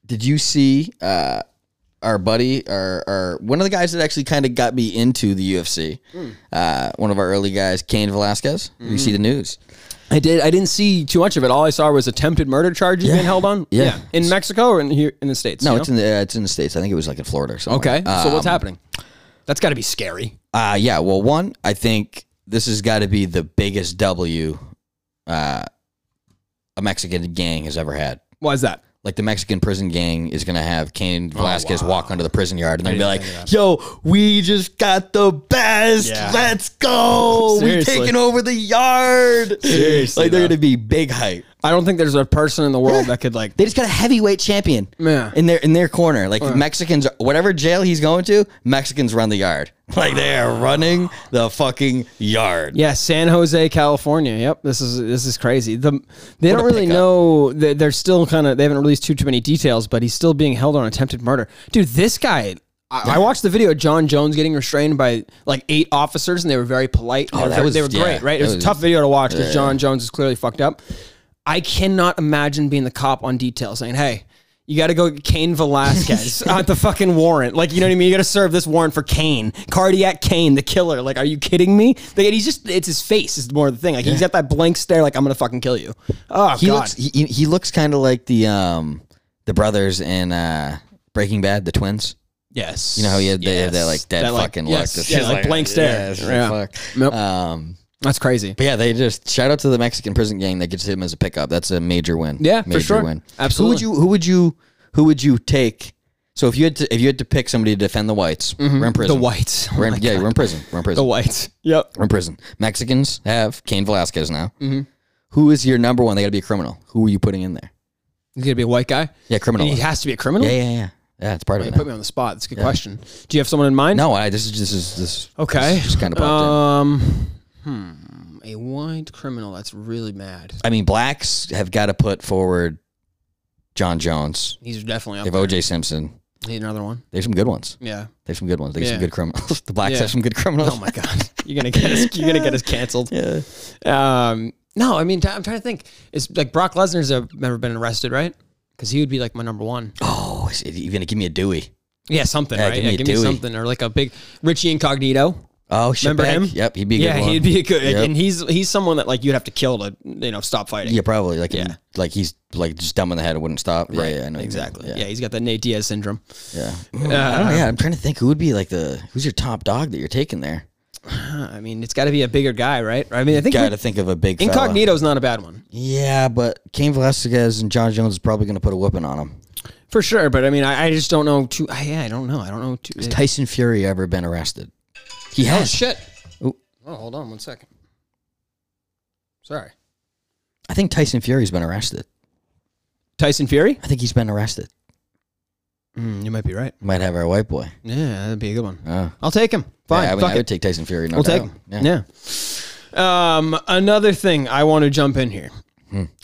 B: did you see uh, our buddy, our, our one of the guys that actually kind of got me into the UFC? Uh, one of our early guys, Kane Velasquez. Did You see the news?
A: I did. I didn't see too much of it. All I saw was attempted murder charges being held on.
B: Yeah.
A: in Mexico or in here in the states.
B: No,
A: you know?
B: it's in the uh, it's in the states. I think it was like in Florida or something.
A: okay. so what's happening? Um, That's got to be scary.
B: Uh, yeah. Well, one, I think this has got to be the biggest W uh, a Mexican gang has ever had.
A: Why is that?
B: like the Mexican prison gang is gonna have
A: Oh,
B: Kane Velasquez walk onto the prison yard and then be like, "Yo, we just got the best.
A: Yeah.
B: Let's go. we
A: Seriously.
B: taking over the yard.
A: Seriously,
B: like they're
A: though.
B: gonna be big hype.
A: I don't think there's a person in the world that could like.
B: They just got a heavyweight champion
A: Yeah.
B: in their in their corner. Like Mexicans, whatever jail he's going to, Mexicans run the yard. Like they are running the fucking yard.
A: Yeah, San Jose, California. Yep, this is this is crazy. The they don't
B: a
A: really
B: pickup.
A: know. They, they're still kind of they haven't released too too many details, but he's still being held on attempted murder. Dude, this guy. I, I watched the video of John Jones getting restrained by like eight officers, and they were very polite. they were,
B: Oh, that
A: very-
B: was-
A: they were
B: yeah,
A: great, right? It
B: that
A: was,
B: was-
A: a tough video to watch because John Jones is clearly fucked up. I cannot imagine being the cop on detail saying, "Hey." You got to go get Kane Velasquez at the fucking warrant. Like, you know what I mean? You got to serve this warrant for Kane, cardiac Kane, the killer. Like, are you kidding me? Like, and he's just, it's his face is more the thing. Like, he's got that blank stare, like, I'm going to fucking kill you. Oh,
B: He
A: God.
B: looks he, he- he looks kind of like the um the brothers in uh, Breaking Bad, the twins.
A: yes.
B: You know how he had, they have that like that, fucking
A: yes,
B: look. It's
A: yeah,
B: just
A: like, blank
B: yeah,
A: stare.
B: it's
A: Yeah.
B: just like, fuck.
A: Nope.
B: Um,
A: That's crazy.
B: but yeah, they just shout out to the Mexican prison gang that gets him as a pickup. That's a major win.
A: Yeah, for
B: major
A: sure. Absolutely.
B: Who would you? Who would you? Who would you take? So if you had to, if you had to pick somebody to defend the whites, we're in prison.
A: The whites. Oh
B: We're in,
A: my
B: yeah,
A: God.
B: we're in prison. We're
A: The
B: in prison.
A: whites. Yep.
B: we're in prison. Mexicans have Cain Velasquez now.
A: Mm-hmm.
B: Who is your number one? They got to be a criminal. Who are you putting in there?
A: He's going to be a white guy.
B: Yeah, criminal.
A: He
B: Yeah,
A: has to be a criminal?
B: yeah, yeah. Yeah, it's part of
A: You
B: it.
A: put
B: now.
A: me on the spot. That's a good question. Do you have someone in mind?
B: No, I, this is this is this.
A: Okay.
B: this just kind of popped in.
A: um, hmm, a white criminal that's really mad.
B: I mean, blacks have got to put forward John Jones.
A: He's definitely
B: They
A: up.
B: have O.J. Simpson.
A: They need another one.
B: They have some good ones.
A: Yeah.
B: They have some good ones. They have some
A: Yeah.
B: good criminals. the blacks
A: Yeah.
B: have some good criminals.
A: Oh my god, you're gonna get us. You're gonna get us canceled.
B: Yeah.
A: Um, no, I mean, t- I'm trying to think. It's like Brock Lesnar's have never been arrested, right? Because he would be like my number one.
B: Oh, is it- you're gonna give me a Dewey?
A: Yeah, something,
B: Yeah,
A: right?
B: give
A: yeah,
B: me a
A: give me
B: Dewey.
A: something or like a big Richie Incognito.
B: Oh, shit
A: Remember
B: back.
A: him?
B: Yep, he'd be a good
A: yeah,
B: one.
A: he'd be a good,
B: Yep.
A: and he's he's someone that like you'd have to kill to you know stop fighting.
B: yeah, probably. Like
A: Yeah.
B: like he's like just dumb in the head and wouldn't stop. Yeah, yeah, I know what you mean.
A: exactly. Yeah.
B: Yeah,
A: he's got that Nate Diaz syndrom.
B: yeah. Oh, I don't know, yeah, I'm trying to think who would be like the who's your top dog that you're taking there.
A: Uh, I mean, it's got to be a bigger guy, right? I mean, I think
B: Got
A: Rick-
B: to think of a big fella.
A: Incognito's not a bad one
B: Yeah, but Cain Velasquez and John Jones is probably gonna put a whooping on him.
A: for sure, but I mean, I, I just don't know too. I, yeah, I don't know. I don't know too.
B: Has Tyson Fury ever been arrested? He
A: Oh
B: has.
A: shit!
B: Ooh.
A: Oh, hold on one second. Sorry,
B: I think Tyson Fury's been arrested.
A: Tyson Fury.
B: I think he's been arrested.
A: Mm, you might be right. Ah.
B: Might have our white boy.
A: Yeah, that'd be a good one.
B: Oh.
A: I'll take him. Fine,
B: Yeah, I, mean,
A: fuck
B: I
A: it.
B: would take Tyson Fury. No
A: we'll
B: doubt.
A: take him. Yeah. Um, another thing I want to jump in here.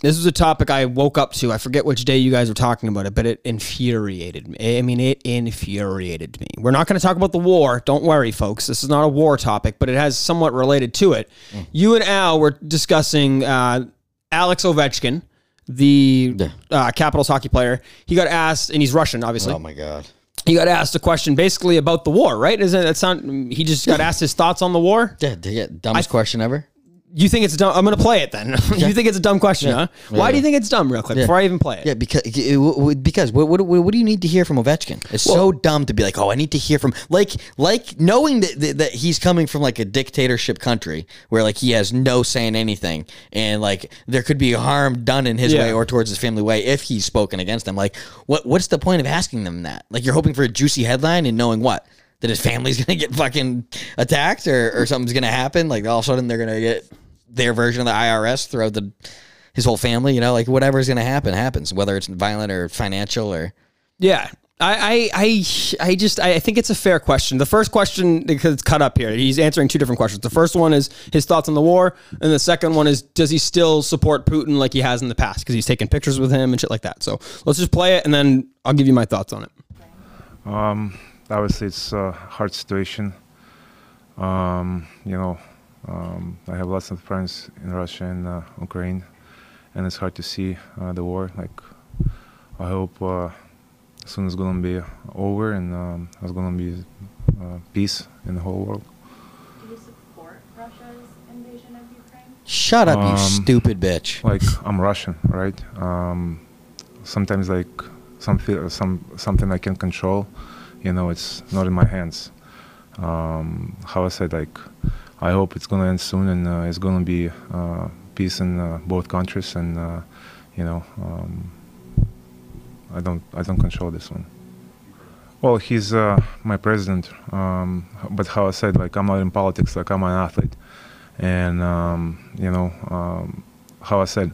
A: This is a topic I woke up to. I forget which day you guys were talking about it, but it infuriated me. I mean, it infuriated me. We're not going to talk about the war. Don't worry, folks. This is not a war topic, but it has somewhat related to it. You and Al were discussing uh, Alex Ovechkin, the
B: Yeah.
A: uh, Capitals hockey player. He got asked, and he's Russian, obviously
B: Oh my god.
A: he got asked a question basically about the war, right? Isn't that sound? He just got asked his thoughts on the war.
B: Yeah, d- yeah, dumbest question ever.
A: You think it's dumb? I'm gonna play it then. you think it's a dumb question, huh? Why do you think it's dumb? Real quick, before I even play it.
B: Yeah, because it- w- w- because what, what, what do you need to hear from Ovechkin? It's so dumb to be like, oh, I need to hear from like like knowing that, that that he's coming from like a dictatorship country where like he has no say in anything and like there could be harm done in his
A: Yeah.
B: way or towards his family way if he's spoken against them. Like, what what's the point of asking them that? Like, you're hoping for a juicy headline and knowing what. That his family's gonna get fucking attacked, or, or something's gonna happen. Like all of a sudden they're gonna get their version of the IRS throughout the his whole family, you know, like whatever's gonna happen happens, whether it's violent or financial or
A: Yeah. I, I, I, I just I think it's a fair question. The first question because it's cut up here. He's answering two different questions. The first one is his thoughts on the war, and the second one is does he still support Putin like he has in the past because he's taken pictures with him and shit like that. So let's just play it, and then I'll give you my thoughts on it.
I: Obviously, it's a hard situation. Um, you know, um, I have lots of friends in Russia and uh, Ukraine, and it's hard to see uh, the war. Like, I hope uh, soon it's gonna be over and um, there's gonna be uh, peace in the whole world.
B: shut up, you stupid bitch.
I: like I'm Russian, right? Um, sometimes like some feel- some something I can control, you know, it's not in my hands. Um, how I said, like I hope it's gonna end soon and uh, it's gonna be uh, peace in uh, both countries, and uh, you know, um, I don't I don't control this one. Well, he's uh, my president, um, h- but how I said, like I'm not in politics, like I'm an athlete, and um, you know, um, how I said,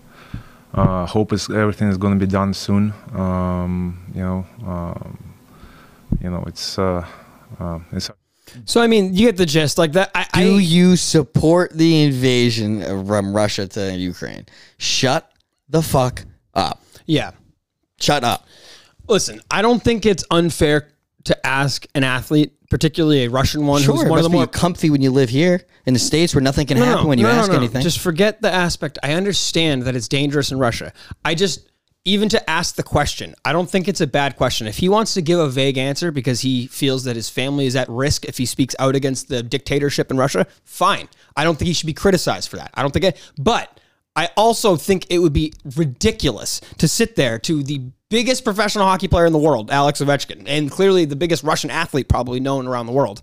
I: uh, hope is everything is going to be done soon. Um, you know, um, you know, it's uh, uh, it's.
A: So I mean, you get the gist. Like that. I,
B: Do
A: I,
B: you support the invasion of- from Russia to Ukraine? Shut the fuck up.
A: yeah.
B: Shut up.
A: Listen, I don't think it's unfair to ask an athlete, particularly a Russian one,
B: Sure,
A: who's
B: it
A: one of
B: must
A: the
B: be
A: more
B: comfy when you live here in the states where nothing can happen when you ask anything.
A: Just forget the aspect. I understand that it's dangerous in Russia. I just even to ask the question, I don't think it's a bad question. If he wants to give a vague answer because he feels that his family is at risk if he speaks out against the dictatorship in Russia, fine. I don't think he should be criticized for that. I don't think it, but I also think it would be ridiculous to sit there to the biggest professional hockey player in the world, Alex Ovechkin, and clearly the biggest Russian athlete probably known around the world,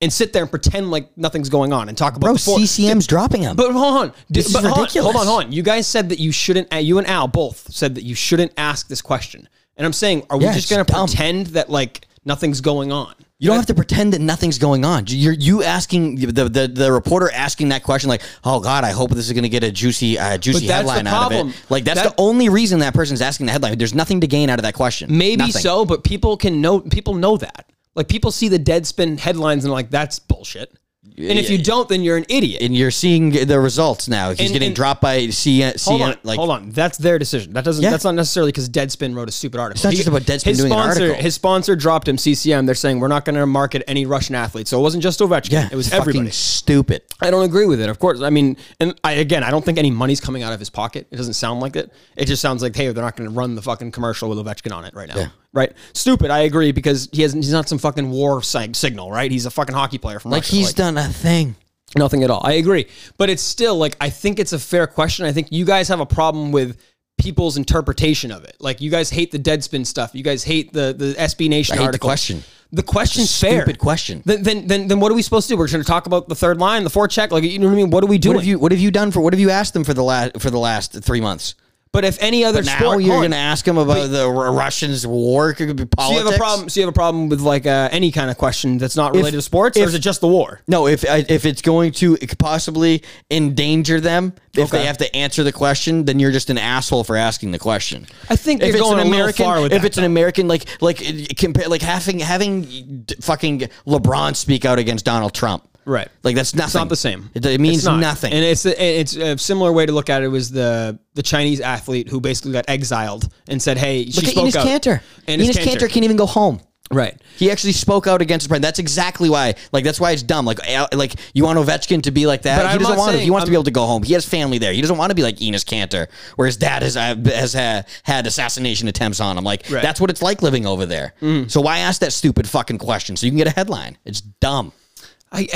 A: and sit there and pretend like nothing's going on and talk about
B: Bro,
A: the four-
B: CCM's dropping him.
A: but hold on.
B: This is
A: but hold on,
B: ridiculous.
A: Hold on, hold on. You guys said that you shouldn't, uh, you and Al both said that you shouldn't ask this question. And I'm saying, are we
B: Yeah,
A: just
B: it's
A: going to
B: dumb.
A: pretend that like nothing's going on?
B: You don't have to pretend that nothing's going on. You're you asking the the, the reporter asking that question like, "Oh God, I hope this is going to get a juicy uh,
A: But
B: juicy
A: that's the
B: headline out of
A: problem.
B: it." Like that's
A: That-
B: the only reason that person's asking the headline. There's nothing to gain out of that question.
A: Maybe
B: Nothing.
A: so, but people can know, people know that. Like people see the Deadspin headlines and like, that's bullshit. And if you don't, then you're an idiot.
B: and you're seeing the results now. He's
A: And-
B: getting
A: and-
B: dropped by CNN.
A: Hold on,
B: like
A: hold on. That's their decision. That doesn't.
B: Yeah.
A: That's not necessarily because Deadspin wrote a stupid article.
B: It's not just about Deadspin
A: his
B: doing an
A: sponsor,
B: article.
A: His sponsor dropped him. CCM. They're saying we're not going to market any Russian athletes. So it wasn't just Ovechkin.
B: yeah,
A: it was
B: fucking
A: everybody.
B: stupid.
A: I don't agree with it. Of course, I mean, and I again, I don't think any money's coming out of his pocket. It doesn't sound like it. It just sounds like, hey, they're not going to run the fucking commercial with Ovechkin on it right now, right? Stupid. I agree because he hasn't. He's not some fucking war sig- signal, right? He's a fucking hockey player from
B: Like
A: Russia.
B: he's done a thing.
A: Nothing at all. I agree. But it's still like, I think it's a fair question. I think you guys have a problem with people's interpretation of it. Like, you guys hate the Deadspin stuff. You guys hate the, the SB Nation
B: I hate the
A: article.
B: question.
A: The question's fair.
B: Stupid question.
A: Then, then, then, then what are we supposed to do? We're going to talk about the third line, the four check. Like, you know what I mean? What are we doing?
B: What have you What have you done for? What have you asked them for the last for the last three months?
A: but if any other
B: But now
A: sport,
B: you're
A: hold
B: going
A: on.
B: to ask him about the R- Russians' war. Could be
A: So you
B: politics.
A: have a problem. So you have a problem with like uh, any kind of question that's not related to sports, or
B: if-
A: is it just the war?
B: No, if I- if it's going to possibly endanger them, if they have to answer the question, then you're just an asshole for asking the question.
A: I think
B: if
A: you're going a little
B: American,
A: far with
B: if
A: that,
B: it's an American, like like it- compare like having having d- fucking LeBron speak out against Donald Trump,
A: Right.
B: Like that's nothing.
A: It's not the same.
B: It, it means
A: It's not.
B: nothing.
A: And it's it's a similar way to look at it was the the Chinese athlete who basically got exiled and said, "Hey, she
B: Look at
A: spoke
B: Enos
A: out."
B: Cantor.
A: Enos
B: Enos
A: Kanter.
B: Cantor can't even go home.
A: right.
B: He actually spoke out against his president. That's exactly why. Like that's why it's dumb. Like Al- like you want Ovechkin to be like that.
A: But
B: he
A: I'm
B: doesn't
A: not
B: want to. He
A: saying-
B: wants to be
A: I'm-
B: able to go home. He has family there. He doesn't want to be like Enos Cantor, where his dad has uh, has uh, had assassination attempts on him. Like that's what it's like living over there.
A: Mm.
B: So why ask that stupid fucking question? So you can get a headline. It's dumb.
A: I,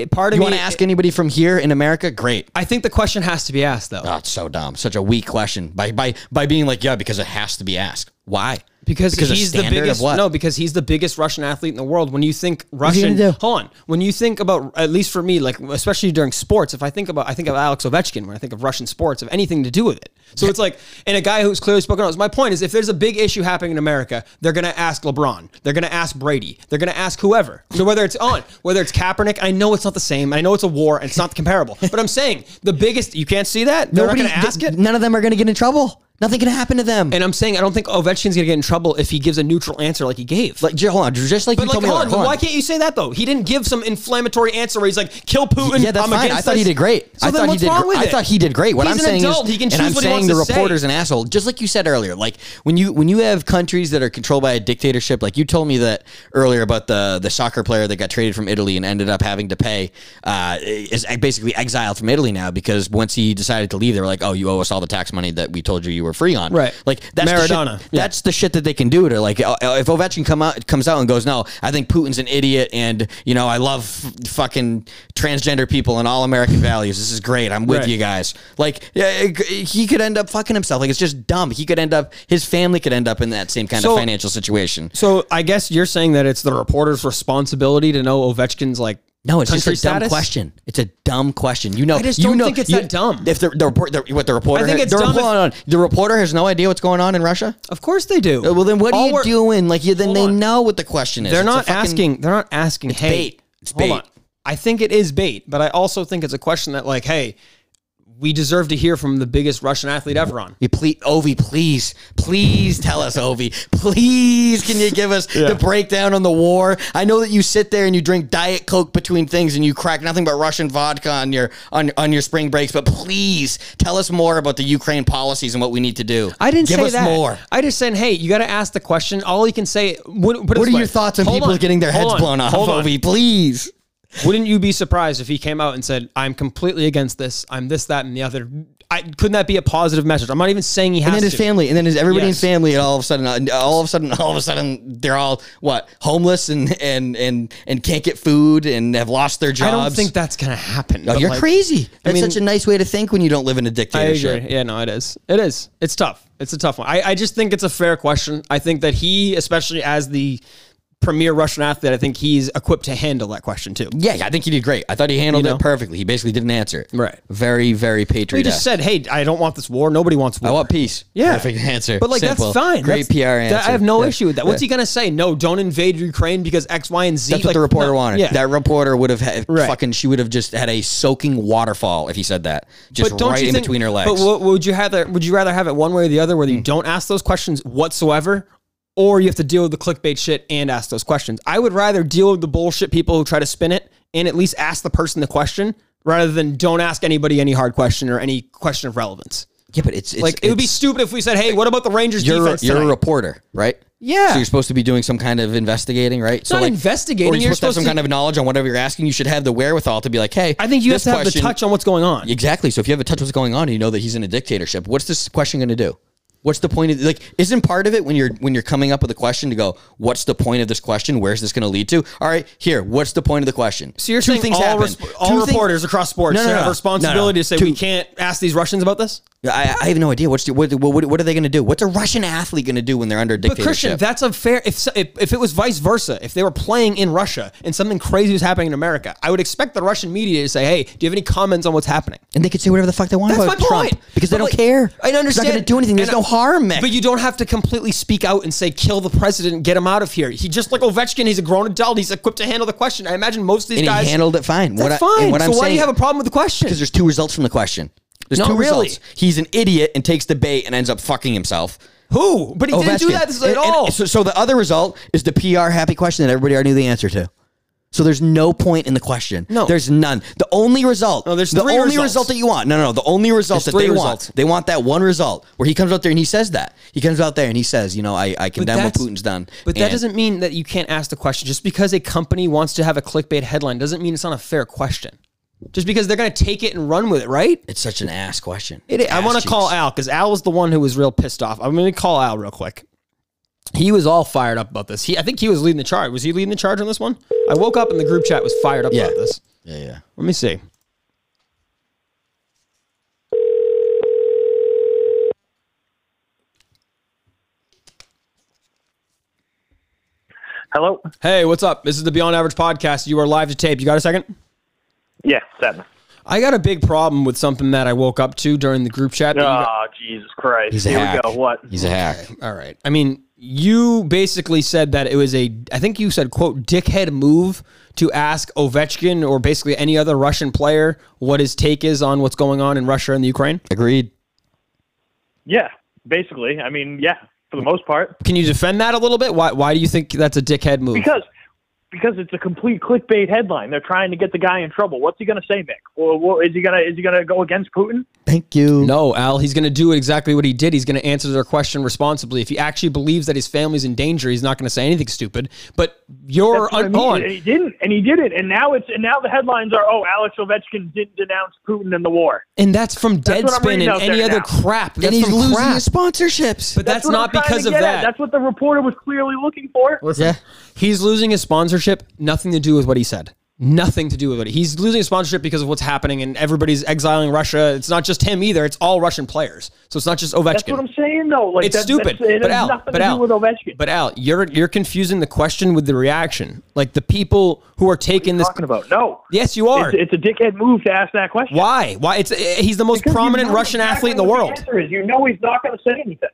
A: I part of
B: You
A: me. eh,
B: want to ask anybody from here in America? Great.
A: I think the question has to be asked though,
B: Oh, it's so dumb. Such a weak question. By by by being like, yeah, because it has to be asked. Why?
A: because,
B: a
A: he's the
B: standard
A: biggest.
B: Of what?
A: No, because he's the biggest Russian athlete in the world. When you think
B: he gonna
A: Russian,
B: do?
A: hold on. When you think about, at least for me, like especially during sports, if I think about, I think of Alex Ovechkin. When I think of Russian sports, of anything to do with it. So it's like, and a guy who's clearly spoken out. My point is, if there's a big issue happening in America, they're going to ask LeBron. They're going to ask Brady. They're going to ask whoever. So whether it's on, whether it's Kaepernick, I know it's not the same. I know it's a war and it's not comparable. But I'm saying the biggest. You can't see that. They're not going to ask
B: th-
A: it.
B: None of them are going to get in trouble. Nothing can happen to them.
A: And I'm saying I don't think Ovechkin's gonna get in trouble if he gives a neutral answer like he gave.
B: Like, j- hold on, just like
A: but
B: you
A: like,
B: told me.
A: hold on,
B: earlier, hold on.
A: why can't you say that though? He didn't give some inflammatory answer where he's like, "Kill Putin."
B: Yeah, that's
A: I'm
B: fine.
A: against
B: I thought
A: this."
B: he did great.
A: So
B: I
A: then
B: thought
A: what's
B: he did.
A: wrong
B: gr-
A: with
B: I
A: it?
B: thought he did great. What
A: He's
B: I'm
A: an
B: saying
A: adult.
B: is,
A: he can choose
B: and I'm
A: what he
B: saying
A: wants
B: the
A: to say.
B: reporter's an asshole, just like you said earlier. Like when you when you have countries that are controlled by a dictatorship, like you told me that earlier about the the soccer player that got traded from Italy and ended up having to pay uh, is basically exiled from Italy now because once he decided to leave, they were like, "Oh, you owe us all the tax money that we told you you were free on."
A: Right.
B: Like that's The
A: Maradona.
B: shit,
A: Yeah.
B: That's the shit that they can do to like uh, if Ovechkin come out comes out and goes, no, I think Putin's an idiot, and you know I love f- fucking transgender people and all American values. This is great. I'm with
A: Right.
B: you guys. Like yeah, it- he could end up fucking himself. Like it's just dumb. He could end up his family could end up in that same kind
A: So-
B: of financial situation.
A: So I guess you're saying that it's the reporter's responsibility to know Ovechkin's like
B: No, it's just a
A: country
B: dumb
A: status?
B: question. It's a dumb question. You know, I
A: just
B: you
A: don't
B: know,
A: think it's
B: you-
A: that dumb.
B: If the, the report, the, what the reporter,
A: I think
B: ha-
A: it's
B: the,
A: dumb
B: reporter-
A: if-
B: hold on, the reporter has no idea what's going on in Russia.
A: Of course they do.
B: Uh, Well, then what
A: All
B: are you
A: we're-
B: doing? Like, you, then
A: Hold
B: they
A: on.
B: know what the question is.
A: They're
B: It's a
A: not
B: fucking-
A: asking. They're not asking. Hey,
B: bait. It's
A: hold on.
B: bait.
A: I think it is bait, but I also think it's a question that like, hey, we deserve to hear from the biggest Russian athlete ever on.
B: You please, Ovi, please, please tell us, Ovi. Please, can you give us the breakdown on the war? I know that you sit there and you drink Diet Coke between things and you crack nothing but Russian vodka on your on, on your spring breaks, but please tell us more about the Ukraine policies and what we need to do.
A: I didn't
B: give
A: say
B: us
A: that.
B: more.
A: I just said, hey, you got to ask the question. All he can say. What, put it
B: What
A: this
B: are
A: way.
B: your thoughts on
A: Hold
B: people
A: on.
B: getting their
A: Hold
B: heads
A: on.
B: blown off,
A: Hold on.
B: Ovi? Please.
A: Wouldn't you be surprised if he came out and said, "I'm completely against this. I'm this, that, and the other"? I, couldn't that be a positive message? I'm not even saying he has
B: and then his
A: to.
B: family, and then his everybody
A: Yes.
B: in family, and all of a sudden, uh, all of a sudden, all of a sudden, they're all what homeless and and and and can't get food and have lost their
A: I
B: jobs.
A: don't think that's gonna happen.
B: Oh,
A: but,
B: you're
A: like,
B: crazy. That's
A: mean-
B: such a nice way to think when you don't live in a
A: I
B: dictatorship.
A: agree. Yeah, no, it is. It is. It's tough. It's a tough one. I, I just think it's a fair question. I think that he, especially as the premier Russian athlete, I think he's equipped to handle that question too.
B: Yeah, I think he did great. I thought he handled
A: You know?
B: it perfectly. He basically didn't answer it.
A: Right.
B: Very, very
A: We
B: patriotic.
A: just said, "Hey, I don't want this war. Nobody wants war.
B: I want peace.
A: Yeah.
B: Perfect answer.
A: But like
B: Simple.
A: that's fine.
B: Great
A: That's-
B: PR answer.
A: that- I have no
B: Yeah.
A: issue with that. What's
B: Yeah.
A: he gonna say? No, don't invade Ukraine because X, Y, and Z.
B: That's what
A: Like,
B: the reporter
A: no,
B: wanted.
A: yeah.
B: That reporter would have had
A: Right.
B: fucking. She would have just had a soaking waterfall if he said that. Just right in between her legs. Hmm.
A: But what, would you rather? Would you rather have it one way or the other, whether you don't ask those questions whatsoever, or you have to deal with the clickbait shit and ask those questions? I would rather deal with the bullshit people who try to spin it and at least ask the person the question rather than don't ask anybody any hard question or any question of relevance.
B: Yeah, but it's, it's
A: Like it would be
B: it's-
A: stupid if we said, "Hey, what about the Rangers
B: You're a,
A: defense?"
B: you're a
A: tonight?"
B: reporter, right?
A: Yeah.
B: So you're supposed to be doing some kind of investigating, right? so
A: not investigating,
B: Or you're,
A: you're
B: supposed to have some
A: supposed to-
B: kind of knowledge on whatever you're asking. You should have the wherewithal to be like, hey,
A: I think you have
B: this
A: to have
B: question-
A: the touch on what's going on.
B: Exactly. So if you have a touch what's going on, and you know that he's in a dictatorship. What's this question going to do? What's the point of like? Isn't part of it when you're when you're coming up with a question to go? What's the point of this question? Where's this going to lead to? All right, here. What's the point of the question?
A: So you're saying all, resp- all
B: thing-
A: reporters across sports
B: No, no, no,
A: have
B: no.
A: responsibility
B: No, no.
A: to say
B: Two-
A: we can't ask these Russians about this?
B: I, I have no idea. What's the, what, what what are they going to do? What's a Russian athlete going to do when they're under a
A: But
B: dictatorship?
A: Christian, that's a fair. If, so- if if it was vice versa, if they were playing in Russia and something crazy was happening in America, I would expect the Russian media to say, "Hey, do you have any comments on what's happening?"
B: and they could say whatever the fuck they want
A: That's my
B: about Trump
A: point
B: because
A: But,
B: they don't
A: like,
B: care.
A: I understand.
B: He's not going to do anything. There's
A: And-
B: no harm, Mick.
A: But you don't have to completely speak out and say, "Kill the president, get him out of here." He just like Ovechkin. He's a grown adult. He's equipped to handle the question. I imagine most of these
B: And he
A: guys
B: handled it fine. What
A: That's
B: I- and
A: fine.
B: what
A: so
B: I'm
A: why do you
B: saying-
A: have a problem with the question?
B: because there's two results from the question. There's
A: Not
B: two
A: really.
B: results. He's an idiot and takes the bait and ends up fucking himself.
A: who? But he didn't do
B: Ovechkin.
A: that at
B: And- and
A: all.
B: so, so the other result is the PR happy question that everybody already knew the answer to. So there's no point in the question.
A: No.
B: there's none. The only result.
A: No, there's
B: the
A: three
B: only
A: results.
B: result that you want. No, no, no. The only result
A: There's
B: that
A: three
B: they
A: results.
B: want. They want that one result where he comes out there and he says that. He comes out there and he says, you know, I, I
A: But
B: condemn what
A: that's-
B: Putin's done.
A: But that
B: and-
A: doesn't mean that you can't ask the question. Just because a company wants to have a clickbait headline doesn't mean it's not a fair question. Just because they're going to take it and run with it, right?
B: It's such an ass question.
A: It is. I
B: Ass
A: want to
B: cheeks.
A: call Al because Al was the one who was real pissed off. I'm going to call Al real quick. He was all fired up about this. He, I think he was leading the charge. Was he leading the charge on this one? I woke up and the group chat was fired up
B: Yeah.
A: about this.
B: Yeah, yeah.
A: Let me see.
I: Hello?
A: Hey, what's up? This is the Beyond Average podcast. You are live to tape. You got a second?
I: Yes, seven.
A: I got a big problem with something that I woke up to during the group chat. that you got-
I: Oh, Jesus Christ.
B: He's a
I: Here
B: hack.
I: we go. What?
B: He's a hack.
A: All right. I mean, you basically said that it was a, I think you said, quote, dickhead move to ask Ovechkin or basically any other Russian player what his take is on what's going on in Russia and the Ukraine.
B: Agreed.
I: Yeah, basically. I mean, yeah, for the most part.
A: Can you defend that a little bit? Why, why do you think that's a dickhead move?
I: Because because it's a complete clickbait headline. They're trying to get the guy in trouble. What's he going to say, Mick? Or what, is he going to is he going to go against Putin?
B: Thank you.
A: no, Al, he's going to do exactly what he did. He's going to answer their question responsibly. If he actually believes that his family's in danger, he's not going to say anything stupid. But you're
I: That's what I
A: un-
I: mean.
A: on.
I: And he didn't, and he didn't, and now it's and now the headlines are, oh, Alex Ovechkin didn't denounce Putin in the war.
A: And that's from
I: That's what I'm
A: Deadspin
I: reading
A: and
I: out
A: any
I: there
A: other
I: now.
A: crap. That's
B: And he's
A: from
B: losing
A: crap.
B: his sponsorships.
A: But that's
I: what I'm
A: not
I: trying to
A: because of
I: get at.
A: that.
I: That's what the reporter was clearly looking for.
B: yeah.
A: He's losing his sponsorship. Nothing to do with what he said. Nothing to do with it. He's losing his sponsorship because of what's happening, and everybody's exiling Russia. It's not just him either. It's all Russian players. So it's not just Ovechkin.
I: That's what I'm saying, though. Like
A: it's
I: that-
A: stupid.
I: That's, it
A: but
I: has
A: Al,
I: nothing
A: but
I: to
A: Al,
I: do with Ovechkin.
A: but Al, you're you're confusing the question with the reaction. Like the people who are taking this.
I: talking about no.
A: Yes, you are.
I: It's, it's a dickhead move to ask that question.
A: Why? Why? It's he's the most
I: Because you
A: prominent
I: know
A: Russian
I: exactly
A: athlete in the
I: what
A: world.
I: answer is. You know he's not going to say anything.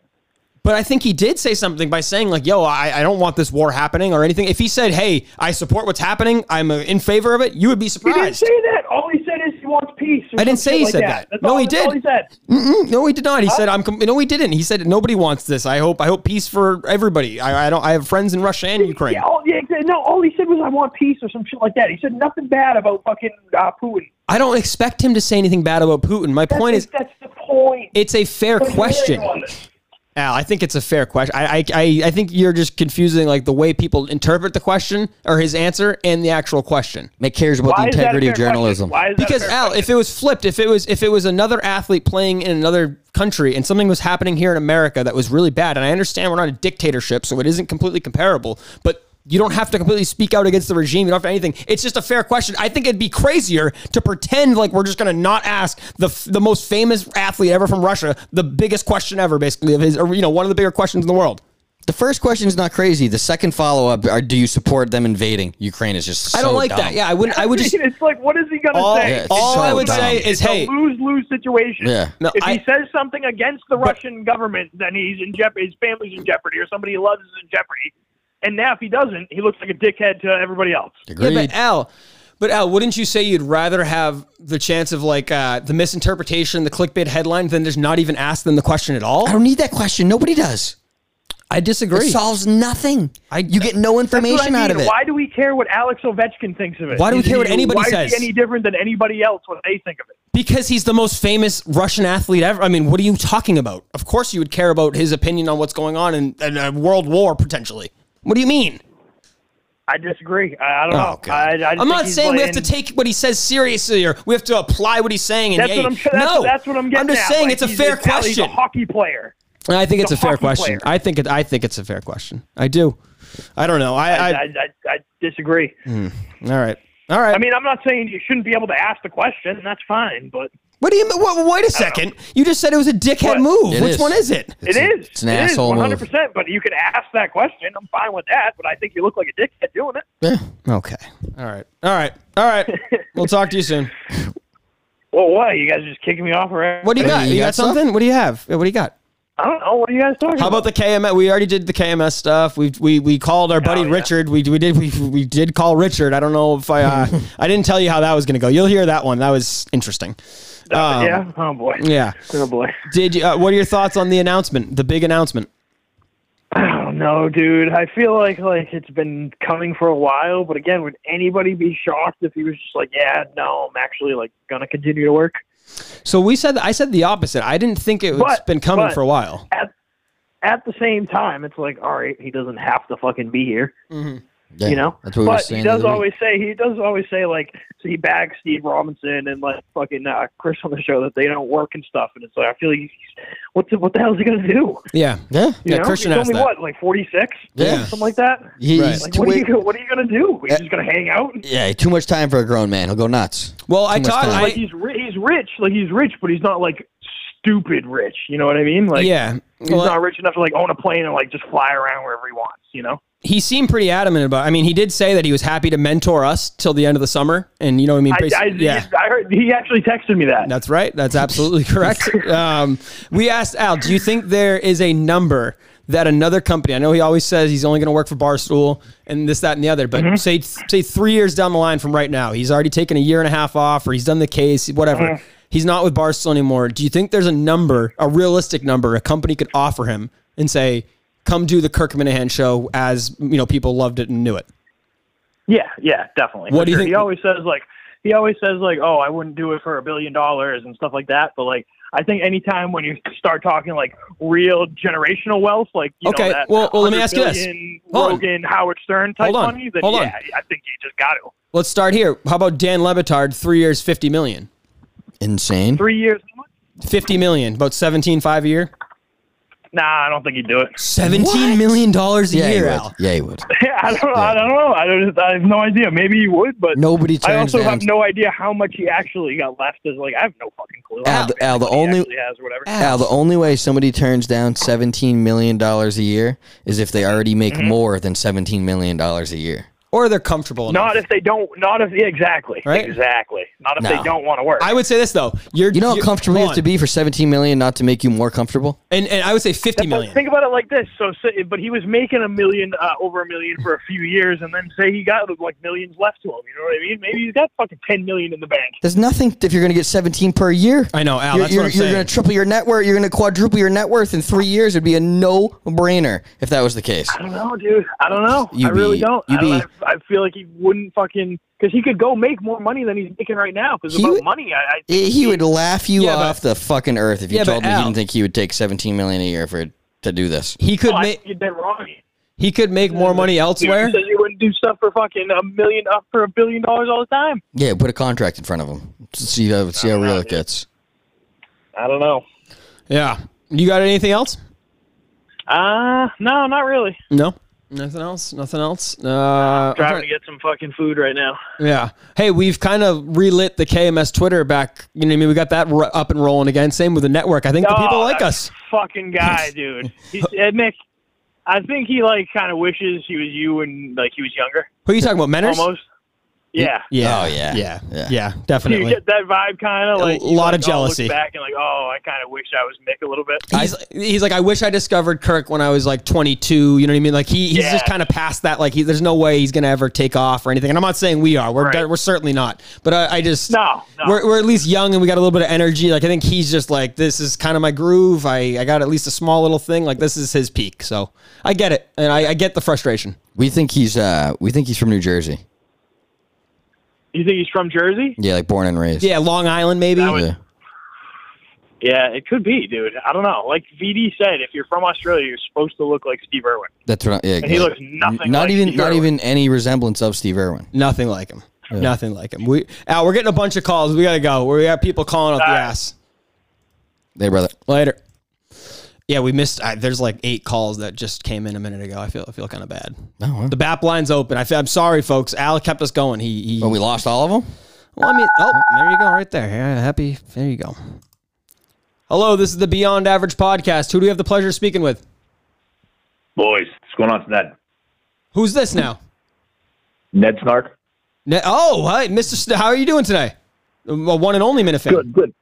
A: But I think he did say something by saying like, "Yo, I, I don't want this war happening" or anything. If he said, "Hey, I support what's happening. I'm uh, in favor of it," you would be
I: He didn't
A: surprised.
I: say that. All he said is he wants peace. or
A: I didn't
I: some
A: say
I: shit
A: he
I: like
A: said that.
I: That's
A: No,
I: all,
A: he
I: that's
A: did.
I: all he said.
A: No, he did not. He said, "I'm." Com- no, he didn't. He said, "Nobody wants this. I hope. I hope peace for everybody. I, I don't. I have friends in Russia and Ukraine."
I: Yeah, all, yeah, exa- no, all he said was I want peace or some shit like that. He said nothing bad about fucking uh, Putin.
A: I don't expect him to say anything bad about Putin. My
I: That's,
A: point is,
I: that's the point.
A: it's a fair
I: There's
A: question,
I: hearing on this.
A: Al. I think it's a fair question. I, I, I, I think you're just confusing like the way people interpret the question or his answer and the actual question.
B: Mick cares about
I: Why
B: the
I: is that a
B: integrity
I: fair
B: of journalism.
I: Question? Why is that a
A: Because
I: fair
A: Al,
I: question?
A: if it was flipped, if it was if it was another athlete playing in another country and something was happening here in America that was really bad, and I understand we're not a dictatorship, so it isn't completely comparable, but you don't have to completely speak out against the regime. You don't have to anything. It's just a fair question. I think it'd be crazier to pretend like we're just going to not ask the f- the most famous athlete ever from Russia the biggest question ever, basically of his, or you know, one of the bigger questions in the world.
B: The first question is not crazy. The second follow up are do you support them invading Ukraine is just
A: I don't
B: so
A: like
B: dumb.
A: that. Yeah, I wouldn't. I would just.
I: it's like, what is he gonna
A: All,
I: say?
B: it's
A: all
B: so
A: I would
B: dumb.
A: say is,
I: It's
A: hey,
I: a lose-lose situation.
B: Yeah.
A: No,
I: if
A: I-
I: he says something against the Russian government, then he's in jeopardy. His family's in jeopardy, or somebody he loves is in jeopardy. And now, if he doesn't, he looks like a dickhead to everybody else.
B: Agreed.
A: Yeah, but Al, but Al, wouldn't you say you'd rather have the chance of like uh, the misinterpretation, the clickbait headline, than just not even ask them the question at all?
B: I don't need that question. Nobody does.
A: I disagree.
B: It solves nothing. you get no
I: That's what I
B: information out
I: mean.
B: of it.
I: Why do we care what Alex Ovechkin thinks of it?
A: Why do we
I: Is
A: care what
I: he-
A: anybody
I: why
A: says?
I: Is he any different than anybody else what they think of it?
A: Because he's the most famous Russian athlete ever. I mean, what are you talking about? Of course, you would care about his opinion on what's going on in, in a world war potentially. What do you mean?
I: I disagree. I, I don't
A: Oh,
I: know. I, I
A: God.
I: just
A: I'm
I: think
A: not
I: he's
A: saying we have to
I: playing-
A: take what he says seriously or we have to apply what he's saying. And
I: That's
A: yay.
I: what I'm. That's,
A: no,
I: that's what I'm getting.
A: I'm just
I: at.
A: saying
I: Like,
A: it's a
I: he's
A: fair
I: Italian- He's a
A: question.
I: hockey player.
A: I think it's
I: He's
A: a
I: a
A: fair
I: hockey
A: question.
I: player.
A: I think it. I think it's a fair question. I do. I don't know. I. Hmm.
I: I,
A: I,
I: I, I, I disagree.
A: all right. All right.
I: I mean, I'm not saying you shouldn't be able to ask the question. and That's fine, but
A: what do you mean? Wait, wait a second. You just said it was a dickhead
I: What?
A: move.
B: It
A: Which
B: is.
A: one is it?
I: it's
B: a- It's an asshole
I: 100.
B: move.
I: percent But you can ask that question. I'm fine with that. But I think you look like a dickhead doing it.
A: Okay. All right. All right. All right. we'll talk to you soon.
I: Well, what? You guys are just kicking me off or
A: What do you
B: Hey,
A: got? You,
B: you
A: got,
B: got
A: something? What do you have? Yeah, What do you got?
I: I don't know. What are you guys talking
A: How about the KMS? We already did the KMS stuff. We we, we called our buddy
I: yeah.
A: Richard. We we did we, we did call Richard. I don't know if I uh, I didn't tell you how that was going to go. You'll hear that one. That was interesting. Um,
I: yeah. Oh boy.
A: Yeah.
I: Oh boy.
A: Did you, uh, what are your thoughts on the announcement? The big announcement.
I: I don't know, dude. I feel like like it's been coming for a while, but again, would anybody be shocked if he was just like, "Yeah, no, I'm actually like gonna continue to work"?
A: So we said I said the opposite. I didn't think it was
I: But-
A: been coming
I: but-
A: for a while.
I: At at the same time, it's like, all right, he doesn't have to fucking be here,
B: Yeah,
I: you know.
B: That's what we were
I: but
B: saying.
I: he
B: the
I: does
B: other week.
I: always say he does always say like so he bags Steve Robinson and like fucking uh, Chris on the show that they don't work and stuff, and it's like I feel like he's, what's what the hell is he gonna do?
A: Yeah.
B: Yeah.
I: You
A: Yeah,
I: know,
A: Christian
I: he's
A: asked
I: only
A: that.
I: what like forty six,
B: Yeah.
I: something like that.
B: He-
A: Right.
B: he's
I: Like,
B: too
I: what are you
B: wait-
I: gonna- what are you gonna do? He's just gonna hang out.
B: yeah, too much time for a grown man. He'll go nuts.
A: Well, I
B: Too much
A: talked.
B: time.
A: I,
I: like he's ri- he's rich, like he's rich, but he's not like stupid rich. You know what I mean? Like
A: yeah.
I: he's
A: Well,
I: not rich enough to like own a plane and like just fly around wherever he wants. You know?
A: he seemed pretty adamant about. I mean, he did say that he was happy to mentor us till the end of the summer, and you know what I mean.
I: I, I,
A: Basi- yeah.
I: I heard he actually texted me that.
A: That's right. That's absolutely correct. Um, we asked Al, do you think there is a number that another company? I know he always says he's only going to work for Barstool and this, that, and the other. But say say three years down the line from right now, he's already taken a year and a half off, or he's done the case, whatever. He's not with Barstool anymore. Do you think there's a number, a realistic number, a company could offer him and say, "Come do the Kirk Minahan show," as you know, people loved it and knew it.
I: Yeah, yeah, definitely.
A: What
I: for
A: do you
I: sure.
A: think-
I: He always says like he always says like, "Oh, I wouldn't do it for a billion dollars" and stuff like that. But like, I think anytime when you start talking like real generational wealth, like you
A: Okay,
I: know, that
A: well- well, let me
I: 100
A: ask you this.
I: billion
A: Hold on.
I: Rogan, Howard Stern type
A: Hold on.
I: money, then
A: Hold on.
I: yeah, I think you just got to
A: Let's start here. How about Dan Lebitard, three years, fifty million?
B: Insane.
I: three years.
A: 50 million, about 17, five a year.
I: Nah, I don't think he'd do it.
A: Seventeen million dollars a
B: yeah,
A: year,
B: he
A: Al.
B: would. Yeah, he would.
I: I don't. I don't know. I don't. I have no idea. Maybe he would, but
B: Nobody
I: I
B: turns
I: also
B: down.
I: have no idea how much he actually got left. Is like I have no fucking clue.
B: Al, the- Al, the
I: What he
B: only-
I: actually has or whatever.
B: Al, the only way somebody turns down seventeen million dollars a year is if they already make
I: Mm-hmm.
B: more than seventeen million dollars a year.
A: Or they're comfortable enough.
I: Not if they don't. Not if yeah, exactly.
A: Right?
I: Exactly. Not if
B: No.
I: they don't want to work.
A: I would say this though. You're
B: You know how
A: you're-
B: comfortable you
A: hold
B: have to
A: on.
B: be for seventeen million not to make you more comfortable?
A: And, and I would say 50
I: But
A: million.
I: think about it like this. So, say, but he was making a million, uh, over a million for a few years, and then say he got like millions left to him. You know what I mean? Maybe he's got fucking ten million in the bank.
B: There's nothing if you're going to get 17 per year.
A: I know, Al, that's
B: You're,
A: what
B: you're,
A: I'm
B: you're
A: saying.
B: going to triple your net worth. You're going to quadruple your net worth in three years. It'd be a no-brainer if that was the case.
I: I don't know, dude. I don't know.
B: You
I: I really
B: be-
I: don't.
B: you
I: I, don't
B: be-
I: I, I feel like he wouldn't fucking because he could go make more money than he's making right now. Because
B: He
I: about
B: would-
I: money, I, I
B: He he would laugh you
A: Yeah, but-
B: off the fucking earth if you
A: Yeah, but
B: told him he
A: Al-
B: didn't think he would take 17 million a year for to do this.
A: He could
I: oh, I
A: make
I: think you've been wrong.
A: he could make more money
I: Dude,
A: elsewhere.
I: you said you wouldn't do stuff for fucking a million up for a billion dollars all the time.
B: Yeah, put a contract in front of him. See how see how real it gets.
I: I don't know.
A: Yeah. You got anything else?
I: Uh no, not really.
A: No. Nothing else. Nothing else. Uh, I'm
I: Driving to
A: trying-
I: get some fucking food right now.
A: yeah. Hey, we've kind of relit the KMS Twitter back. You know, what I mean, we got that r- up and rolling again. Same with the network. I think the people
I: Oh,
A: like
I: that
A: us.
I: Fucking guy, dude. He's, and Nick, I think he like kind of wishes he was you when like he was younger.
A: Who are you talking about, Menners?
I: Almost. Yeah.
A: Yeah.
B: Oh, yeah.
A: Yeah. Yeah.
B: Yeah.
I: Do you
A: definitely.
I: get that vibe kind of
A: A
I: like you,
A: lot of
I: like, all look
A: jealousy.
I: back and like, oh, I kind of wish I was Mick a little bit.
A: He's, he's like, I wish I discovered Kirk when I was like 22. You know what I mean? Like he, he's
I: Yeah.
A: just kind of past that. Like he, there's no way he's gonna ever take off or anything. And I'm not saying we are. We're
I: Right.
A: we're certainly not. But I, I just
I: No, no.
A: We're, we're at least young and we got a little bit of energy. Like I think he's just like this is kind of my groove. I I got at least a small little thing. Like this is his peak. So I get it and I, I get the frustration.
B: We think he's uh we think he's from New Jersey.
I: You think he's from Jersey?
B: Yeah, like born and raised.
A: Yeah, Long Island maybe.
I: That was-
B: Yeah.
I: Yeah, it could be, dude. I don't know. Like VD said, if you're from Australia, you're supposed to look like Steve Irwin.
B: That's what I, yeah.
I: And he looks nothing
B: Not
I: like
B: even
I: Steve
B: not
I: Irwin.
B: even any resemblance of Steve Irwin.
A: Nothing like him. Nothing like him. We Al, we're getting a bunch of calls. We gotta go. We got people calling up the
I: right.
A: ass.
B: Hey brother.
A: Later. Yeah, we missed. I, there's like eight calls that just came in a minute ago. I feel I feel kind of bad.
B: wow.
A: The BAP line's open. I feel, I'm sorry, folks. Al kept us going. He, he
B: Oh, we lost all of them?
A: well, I mean, oh, there you go, right there. Yeah, happy. There you go. Hello, this is the Beyond Average podcast. Who do we have the pleasure of speaking with?
J: Boys, what's going on tonight?
A: Who's this now?
J: Ned Snark.
A: Ne- oh, hi, Mr. St- how are you doing today? A one and only minute fan.
J: Good, good.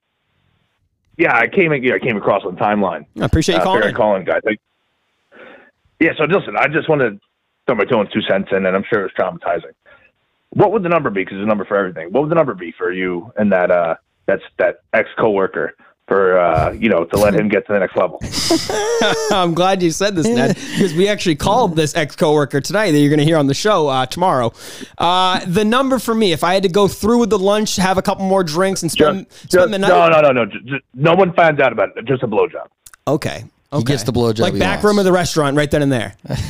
J: Yeah, I came. in- I came across on the timeline.
A: I appreciate you
J: Uh,
A: calling.
J: figured
A: in.
J: I'd call in, guys. Like, yeah. So listen, I just want to throw my two and two cents in, and I'm sure it was traumatizing. What would the number be? Because there's a number for everything. What would the number be for you and that uh that's that ex coworker for uh you know to let him get to the next level?
A: I'm glad you said this, Ned, because we actually called this ex coworker tonight that you're going to hear on the show uh, tomorrow. Uh, the number for me, if I had to go through with the lunch, have a couple more drinks, and spend,
J: Just-
A: spend the
J: just-
A: night.
J: no, no, no, no. Just, just- no one finds out about it. Just a blowjob.
A: Okay. okay.
B: gets the blowjob
A: Like
B: he
A: back
B: wants.
A: room of the restaurant, right then and there. Uh,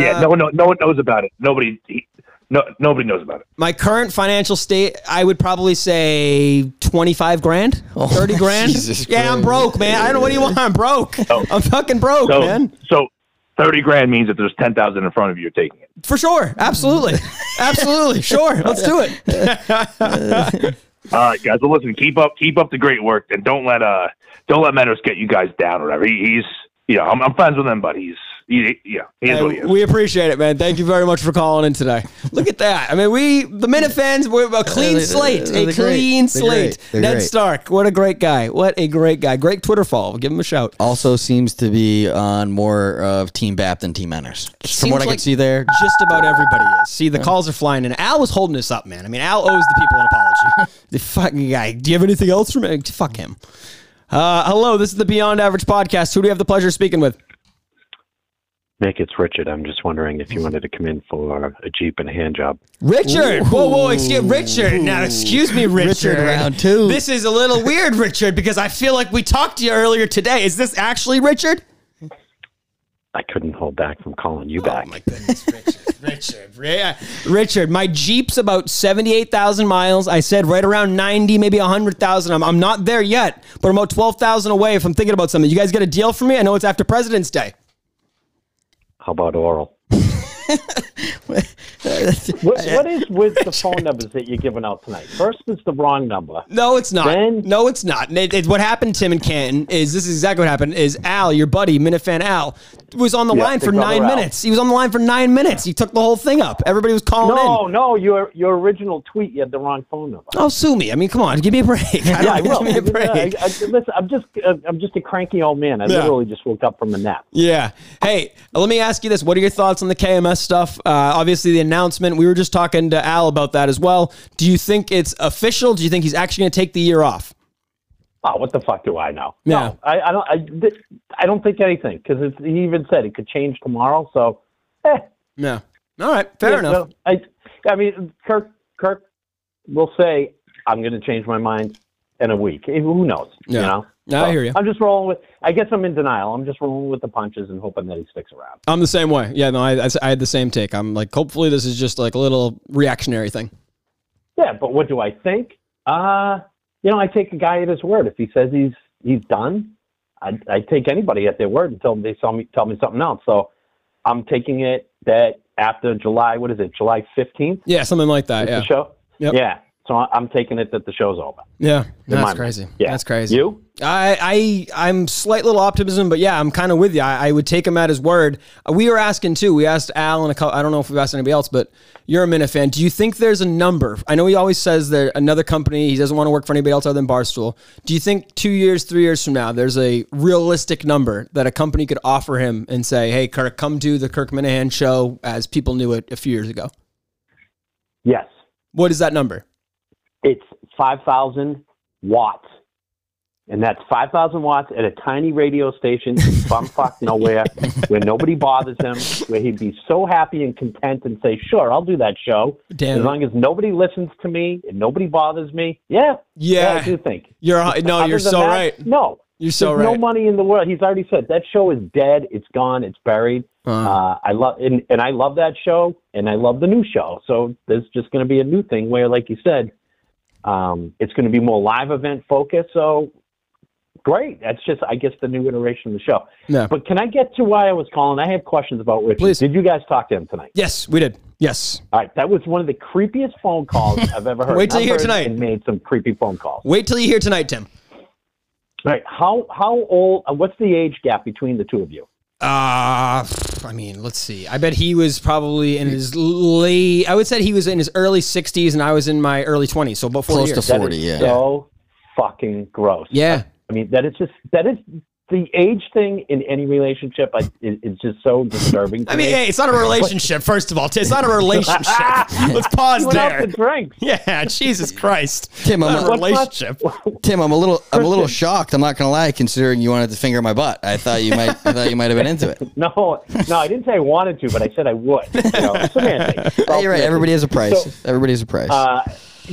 J: yeah. No one. No, no one knows about it. Nobody. He, no. Nobody knows about it.
A: My current financial state, I would probably say 25 grand, 30 grand.
B: Oh, Jesus
A: yeah, I'm
B: Christ.
A: broke, man. I don't know what do you want. I'm broke. I'm fucking broke,
J: Oh. So,
A: man.
J: so thirty grand means if there's ten thousand in front of you, you're taking it.
A: For sure. Absolutely. Absolutely. Sure. Let's do it.
J: All right, guys. Well, listen, keep up, keep up the great work, and don't let uh, don't let Meadows get you guys down or whatever. He, he's, you know, I'm, I'm friends with him, but he's, he, yeah, he is
A: Hey,
J: what he is.
A: we appreciate it, man. Thank you very much for calling in today. Look at that. I mean, we the Minifans, we're a clean
B: They're-
A: slate,
B: they're
A: a
B: great.
A: clean
B: They're
A: slate.
B: great. They're
A: Ned
B: great.
A: Stark, what a great guy. What a great guy. Great Twitter follow. Give him a shout.
B: Also seems to be on more of Team Bap than Team Manners. From
A: Seems
B: what I
A: like-
B: can see there.
A: Just about everybody is. See, the calls are flying in. Al was holding us up, man. I mean, Al owes the people an apology. the fucking guy. Do you have anything else for me? Fuck him. Uh, hello, this is the Beyond Average podcast. Who do we have the pleasure of speaking with?
K: Nick, it's Richard. I'm just wondering if you wanted to come in for a Jeep and a hand job.
A: Richard, whoa, whoa, excuse Richard. Now, excuse me, Richard.
B: Richard round two.
A: This is a little weird, Richard, because I feel like we talked to you earlier today. Is this actually Richard?
K: I couldn't hold back from calling you back.
A: Oh, goodness, Richard, Richard, yeah, Richard. My Jeep's about seventy-eight thousand miles. I said right around ninety, maybe hundred thousand. I'm, I'm not there yet, but I'm about twelve thousand away. If I'm thinking about something, you guys got a deal for me? I know it's after President's Day.
K: How about oral?
I: What, what is with the phone numbers that you're giving out tonight? First, it's the wrong number.
A: No, it's not.
I: Ben?
A: No, it's not. And it- it- what happened, Tim and Canton, is this is exactly what happened. Is Al, your buddy, Minifan Al, was on the line for
I: big
A: nine
I: brother Al.
A: minutes. He was on the line for nine minutes. He took the whole thing up. Everybody was calling
I: No,
A: in.
I: no, your your original tweet, you had the wrong phone number.
A: Oh, sue me. I mean, come on, give me a break.
I: Yeah, I will.
A: Give me a
I: I- I-
A: break.
I: I- listen, I'm just I'm just a cranky old man. I
A: Yeah.
I: literally just woke up from a nap.
A: Yeah. Hey, let me ask you this. What are your thoughts on the KMS stuff? Uh, obviously, the announcement. We were just talking to Al about that as well. Do you think it's official? Do you think he's actually going to take the year off?
I: Oh, what the fuck do I know?
A: Yeah.
I: No, I, I don't. I, th- I don't think anything because he even said it could change tomorrow. So, eh,
A: No. All right. Fair
I: yeah,
A: enough.
I: no, I, I mean, Kirk, Kirk will say I'm going to change my mind in a week. Eh, Who knows?
A: Yeah.
I: You know.
A: No, I hear you.
I: I'm just rolling with. I guess I'm in denial. I'm just rolling with the punches and hoping that he sticks around.
A: I'm the same way. Yeah, no, I, I, I had the same take. I'm like, hopefully, this is just like a little reactionary thing.
I: Yeah, but what do I think? Uh, you know, I take a guy at his word. If he says he's he's done, I, I take anybody at their word until they tell me tell me something else. So I'm taking it that after July, what is it, July fifteenth?
A: Yeah, something like that.
I: Is
A: Yeah,
I: the show?
A: Yep.
I: Yeah.
K: So I- I'm taking it that the show's over.
A: Yeah,
K: In my
A: that's
K: mind.
A: crazy.
K: Yeah.
A: That's crazy.
K: You?
A: I, I, I'm slight little optimism, but yeah, I'm kind of with you. I, I would take him at his word. Uh, We were asking too. We asked Al and a couple. I don't know if we've asked anybody else, but you're a Minifan. Do you think there's a number? I know he always says there another company. He doesn't want to work for anybody else other than Barstool. Do you think two years, three years from now, there's a realistic number that a company could offer him and say, "Hey, Kirk, come do the Kirk Minahan show," as people knew it a few years ago?
K: Yes.
A: What is that number?
K: It's 5,000 watts. And that's 5,000 watts at a tiny radio station in bumfuck nowhere where nobody bothers him, where he'd be so happy and content and say, sure, I'll do that show.
A: Damn
K: As
A: it.
K: long as nobody listens to me and nobody bothers me. Yeah.
A: Yeah.
K: I do think.
A: You're no,
K: Other
A: you're
K: than
A: so
K: that,
A: right.
K: No.
A: You're so
K: There's No
A: right.
K: money in the world. He's already said that show is dead. It's gone. It's buried. Uh, I love and, and I love that show, and I love the new show. So there's just going to be a new thing where, like you said, um, it's going to be more live event focused. So great. That's just, I guess, the new iteration of the show.
A: Yeah.
K: But can I get to why I was calling? I have questions about Richard. Please. Did you guys talk to him tonight?
A: Yes, we did. Yes.
K: All right. That was one of the creepiest phone calls I've ever heard.
A: Wait till
K: I've
A: you hear
K: heard
A: tonight.
K: And made some creepy phone calls.
A: Wait till you hear tonight, Tim.
K: Right. How how old? uh, What's the age gap between the two of you?
A: Uh, I mean, let's see. I bet he was probably in his late. I would say he was in his early 60s, and I was in my early 20s, so about four
K: Close to
A: years.
K: 40, yeah. So fucking gross.
A: Yeah.
K: I mean, that is just that is the age thing in any relationship. I, it, it's just so disturbing. to
A: I mean,
K: me.
A: hey, it's not a relationship. First of all, it's not a relationship. Let's pause
K: You went out
A: there.
K: to drink.
A: Yeah, Jesus Christ.
B: Tim, I'm
A: not a
B: What's not-
A: relationship.
B: Tim, I'm a little, I'm a little shocked. I'm not gonna lie, considering you wanted to finger my butt. I thought you might, I thought you might have been into it.
K: No, no, I didn't say I wanted to, but I said I would. You know, Um, semantics.
B: Yeah, you're right. Everybody has a price.
K: So-
B: Everybody has a price.
K: Uh,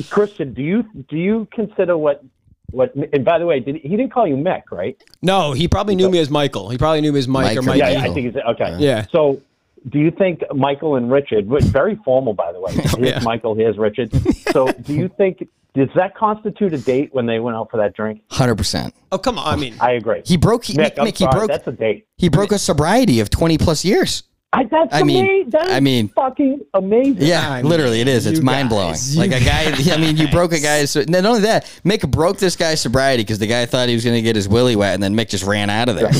K: Christian, do you do you consider what what? And by the way, did, he didn't call you Mick, right?
A: No, he probably knew me as Michael. He probably knew me as Mike, or Mike.
K: Yeah, I think he's okay.
A: Yeah.
K: So, do you think Michael and Richard, which very formal by the way, here's
A: Oh, Yeah.
K: Michael, here's Richard. so, do you think does that constitute a date when they went out for that drink?
B: Hundred percent.
A: Oh, come on. I mean,
K: I agree.
B: He broke. He,
K: Mick,
B: Mick,
K: I'm
B: Mick, he
K: sorry,
B: broke.
K: That's a date.
B: He broke a sobriety of 20 plus years.
K: I, that's
B: I mean-
K: amazing. That is
B: I mean-
K: fucking amazing.
B: Yeah, literally, it is. It's mind blowing. Like a guy. I mean, you broke a guy's. and Not only that, Mick broke this guy's sobriety because the guy thought he was going to get his willy wet, and then Mick just ran out of there.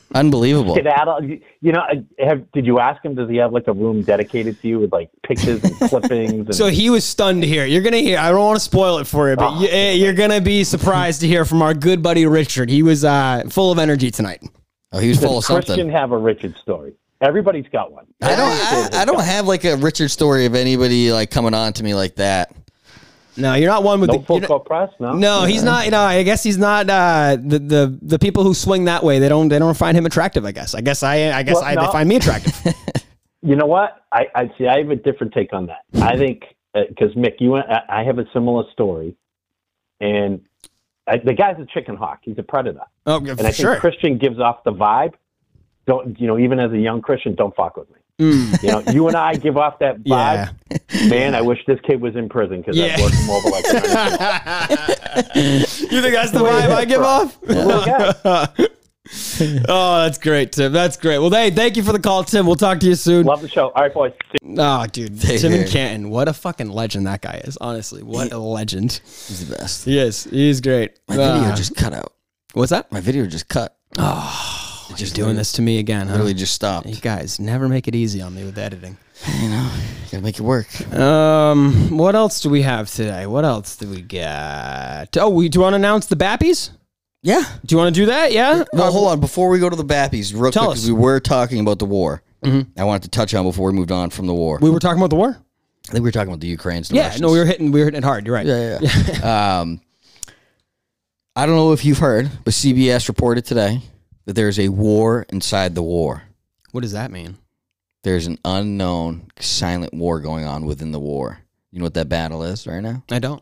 B: Unbelievable.
K: Skedaddle. You you know, I- have, did you ask him? Does he have like a room dedicated to you with like pictures and clippings? And,
A: So he was stunned to hear. You're gonna hear. I don't want to spoil it for you, but you, eh, you're gonna be surprised to hear from our good buddy Richard. He was uh, full of energy tonight.
B: Oh, he was
K: does
B: full of
K: Christian
B: something.
K: have a Richard story? Everybody's got one.
B: I don't. I, I don't have like a Richard story of anybody like coming on to me like that.
A: No, you're not one with
K: No
A: the.
K: full
A: you're not-
K: court press. No.
A: no, he's not. You know, I guess he's not uh, the the the people who swing that way. They don't they don't find him attractive. I guess. I guess I I guess
K: Well,
A: I,
K: no.
A: they find me attractive.
K: You know what? I, I see. I have a different take on that. I think because Mick, you and I, I have a similar story, and I, the guy's a chicken hawk. He's a predator,
A: Oh, yeah,
K: and I
A: for
K: think
A: sure.
K: Christian gives off the vibe. Don't you know? Even as a young Christian, don't fuck with me.
A: Mm.
K: You know, you and I give off that vibe. Man, I wish this kid was in prison because
A: Yeah.
K: I'd work him over like that.
A: you think that's the vibe I give off? oh, that's great, Tim. That's great. Well, hey, thank you for the call, Tim. We'll talk to you soon.
K: Love the show. All right, boys.
A: Oh, dude,
B: They
A: Tim
B: are.
A: and Canton, what a fucking legend that guy is. Honestly, what a legend.
B: He's the best.
A: He is. He's great.
B: My video
A: Ah.
B: just cut out.
A: What's that?
B: My video just cut.
A: Oh, just doing this to me again. Huh?
B: Literally just stopped.
A: You guys never make it easy on me with editing.
B: You know, gotta make it work.
A: Um, what else do we have today? What else do we got? Oh, we do you want to announce the Bappies?
B: Yeah.
A: Do you want to do that? Yeah.
B: Well, hold on. Before we go to the Bappies, real
A: uh, Tell
B: quick,
A: us.
B: 'cause
A: Mm-hmm.
B: we were talking about the war. I wanted to touch on before we moved on from the war.
A: We were talking about the war.
B: I think we were talking about the Ukrainians. and the
A: Yeah.
B: Russians.
A: No, we were hitting. We were hitting it hard. You're right.
B: Yeah, yeah. yeah. um, I don't know if you've heard, but CBS reported today that there is a war inside the war.
A: What does that mean?
B: There's an unknown silent war going on within the war. You know what that battle is right now?
A: I don't.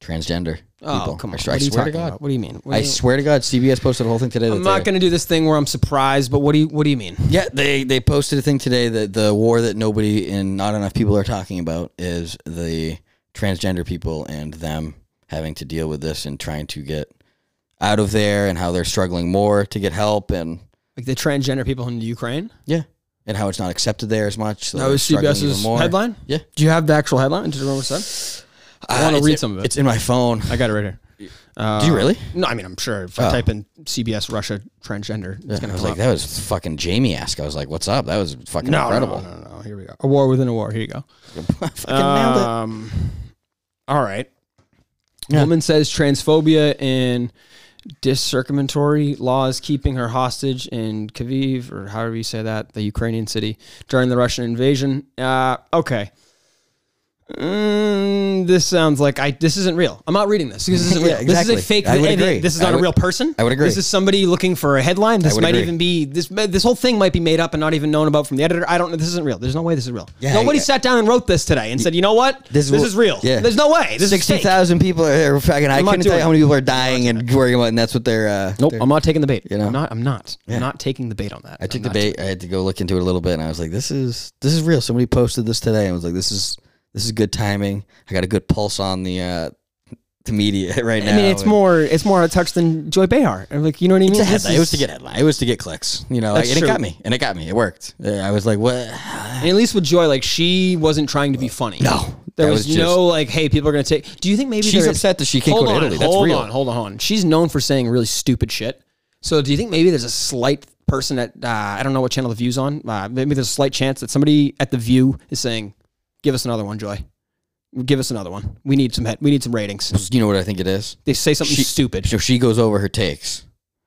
B: Transgender.
A: Oh,
B: people.
A: come on.
B: I,
A: What are you
B: swear to
A: talking
B: God.
A: about? What do you mean? What do
B: I
A: you-
B: swear to God, CBS posted a whole thing today. that
A: I'm not
B: they're-
A: going to do this thing where I'm surprised. But what do you? What do you mean?
B: Yeah, they they posted a thing today that the war that nobody and not enough people are talking about is the transgender people and them having to deal with this and trying to get out of there and how they're struggling more to get help and
A: Like the transgender people in Ukraine.
B: yeah and how it's not accepted there as much. So
A: That
B: they're
A: was
B: struggling
A: CBS's
B: even more.
A: headline.
B: Yeah.
A: Do you have the actual headline? Do you remember what it said? I want
B: it's
A: to read
B: in-
A: some of it. Uh,
B: it's in my phone.
A: I got it right here.
B: Do you really?
A: No, I mean I'm sure. If I
B: Oh.
A: type in CBS Russia transgender,
B: Yeah,
A: it's gonna
B: I was
A: come
B: like,
A: up.
B: that was fucking Jamie esque. I was like, what's up? That was fucking
A: No, no,
B: incredible.
A: no, no, no. Here we go. A war within a war. Here you go.
B: fucking nailed it.
A: Um, all right. Woman says transphobia and discircumventory laws keeping her hostage in Kyiv, or however you say that, the Ukrainian city during the Russian invasion. Uh, okay. Mm, this sounds like I. This isn't real. I'm not reading this because this isn't real.
B: Yeah,
A: This
B: exactly.
A: is a fake.
B: I would
A: and
B: agree.
A: This is
B: I
A: not a
B: would-
A: real person.
B: I would agree.
A: This is somebody looking for a headline. This
B: would
A: might
B: agree.
A: even be this. This whole thing might be made up and not even known about from the editor. I don't know. This isn't real. There's no way this is real.
B: Yeah,
A: Nobody
B: yeah.
A: sat down and wrote this today and said, you know what? This,
B: will-
A: is real.
B: Yeah.
A: There's no way. This is fake.
B: 60,000 people are are fucking. I
A: I'm not
B: couldn't tell
A: doing
B: you how many people are dying and worrying about, and that's what they're. Uh,
A: Nope,
B: they're-
A: I'm not taking the bait.
B: You know?
A: I'm not. I'm not. I'm
B: Yeah.
A: not taking the bait on that.
B: I took
A: I'm
B: the
A: not
B: bait. I had to go look into it a little bit, and I was like, "This is this is real." Somebody posted this today, and I was like, "This is this is good timing." I got a good pulse on the uh, the media right now.
A: I mean, it's
B: and-
A: more. It's more a touch than Joy Behar. I'm like, you know what I mean?
B: It's a
A: This
B: headline. It was to
A: is-
B: get headline. It was to get clicks. You know,
A: That's
B: and it
A: true.
B: got me, and it got me. It worked. Uh, I was like, "What?"
A: And at least with Joy, like she wasn't trying to be funny. No, there
B: that
A: was,
B: was just-
A: no like, hey, people are gonna take. Do you think maybe
B: She's
A: there is-
B: upset that she can't go
A: hold
B: to
A: on,
B: Italy. That's
A: hold
B: real.
A: on, hold on, hold on. She's known for saying really stupid shit. So do you think maybe there's a slight person at uh, I don't know what channel the views on. Uh, maybe there's a slight chance that somebody at the View is saying, "Give us another one, Joy. Give us another one. We need some. Head, we need some ratings."
B: You know what I think it is?
A: They say something
B: She-
A: stupid.
B: So she goes over her takes,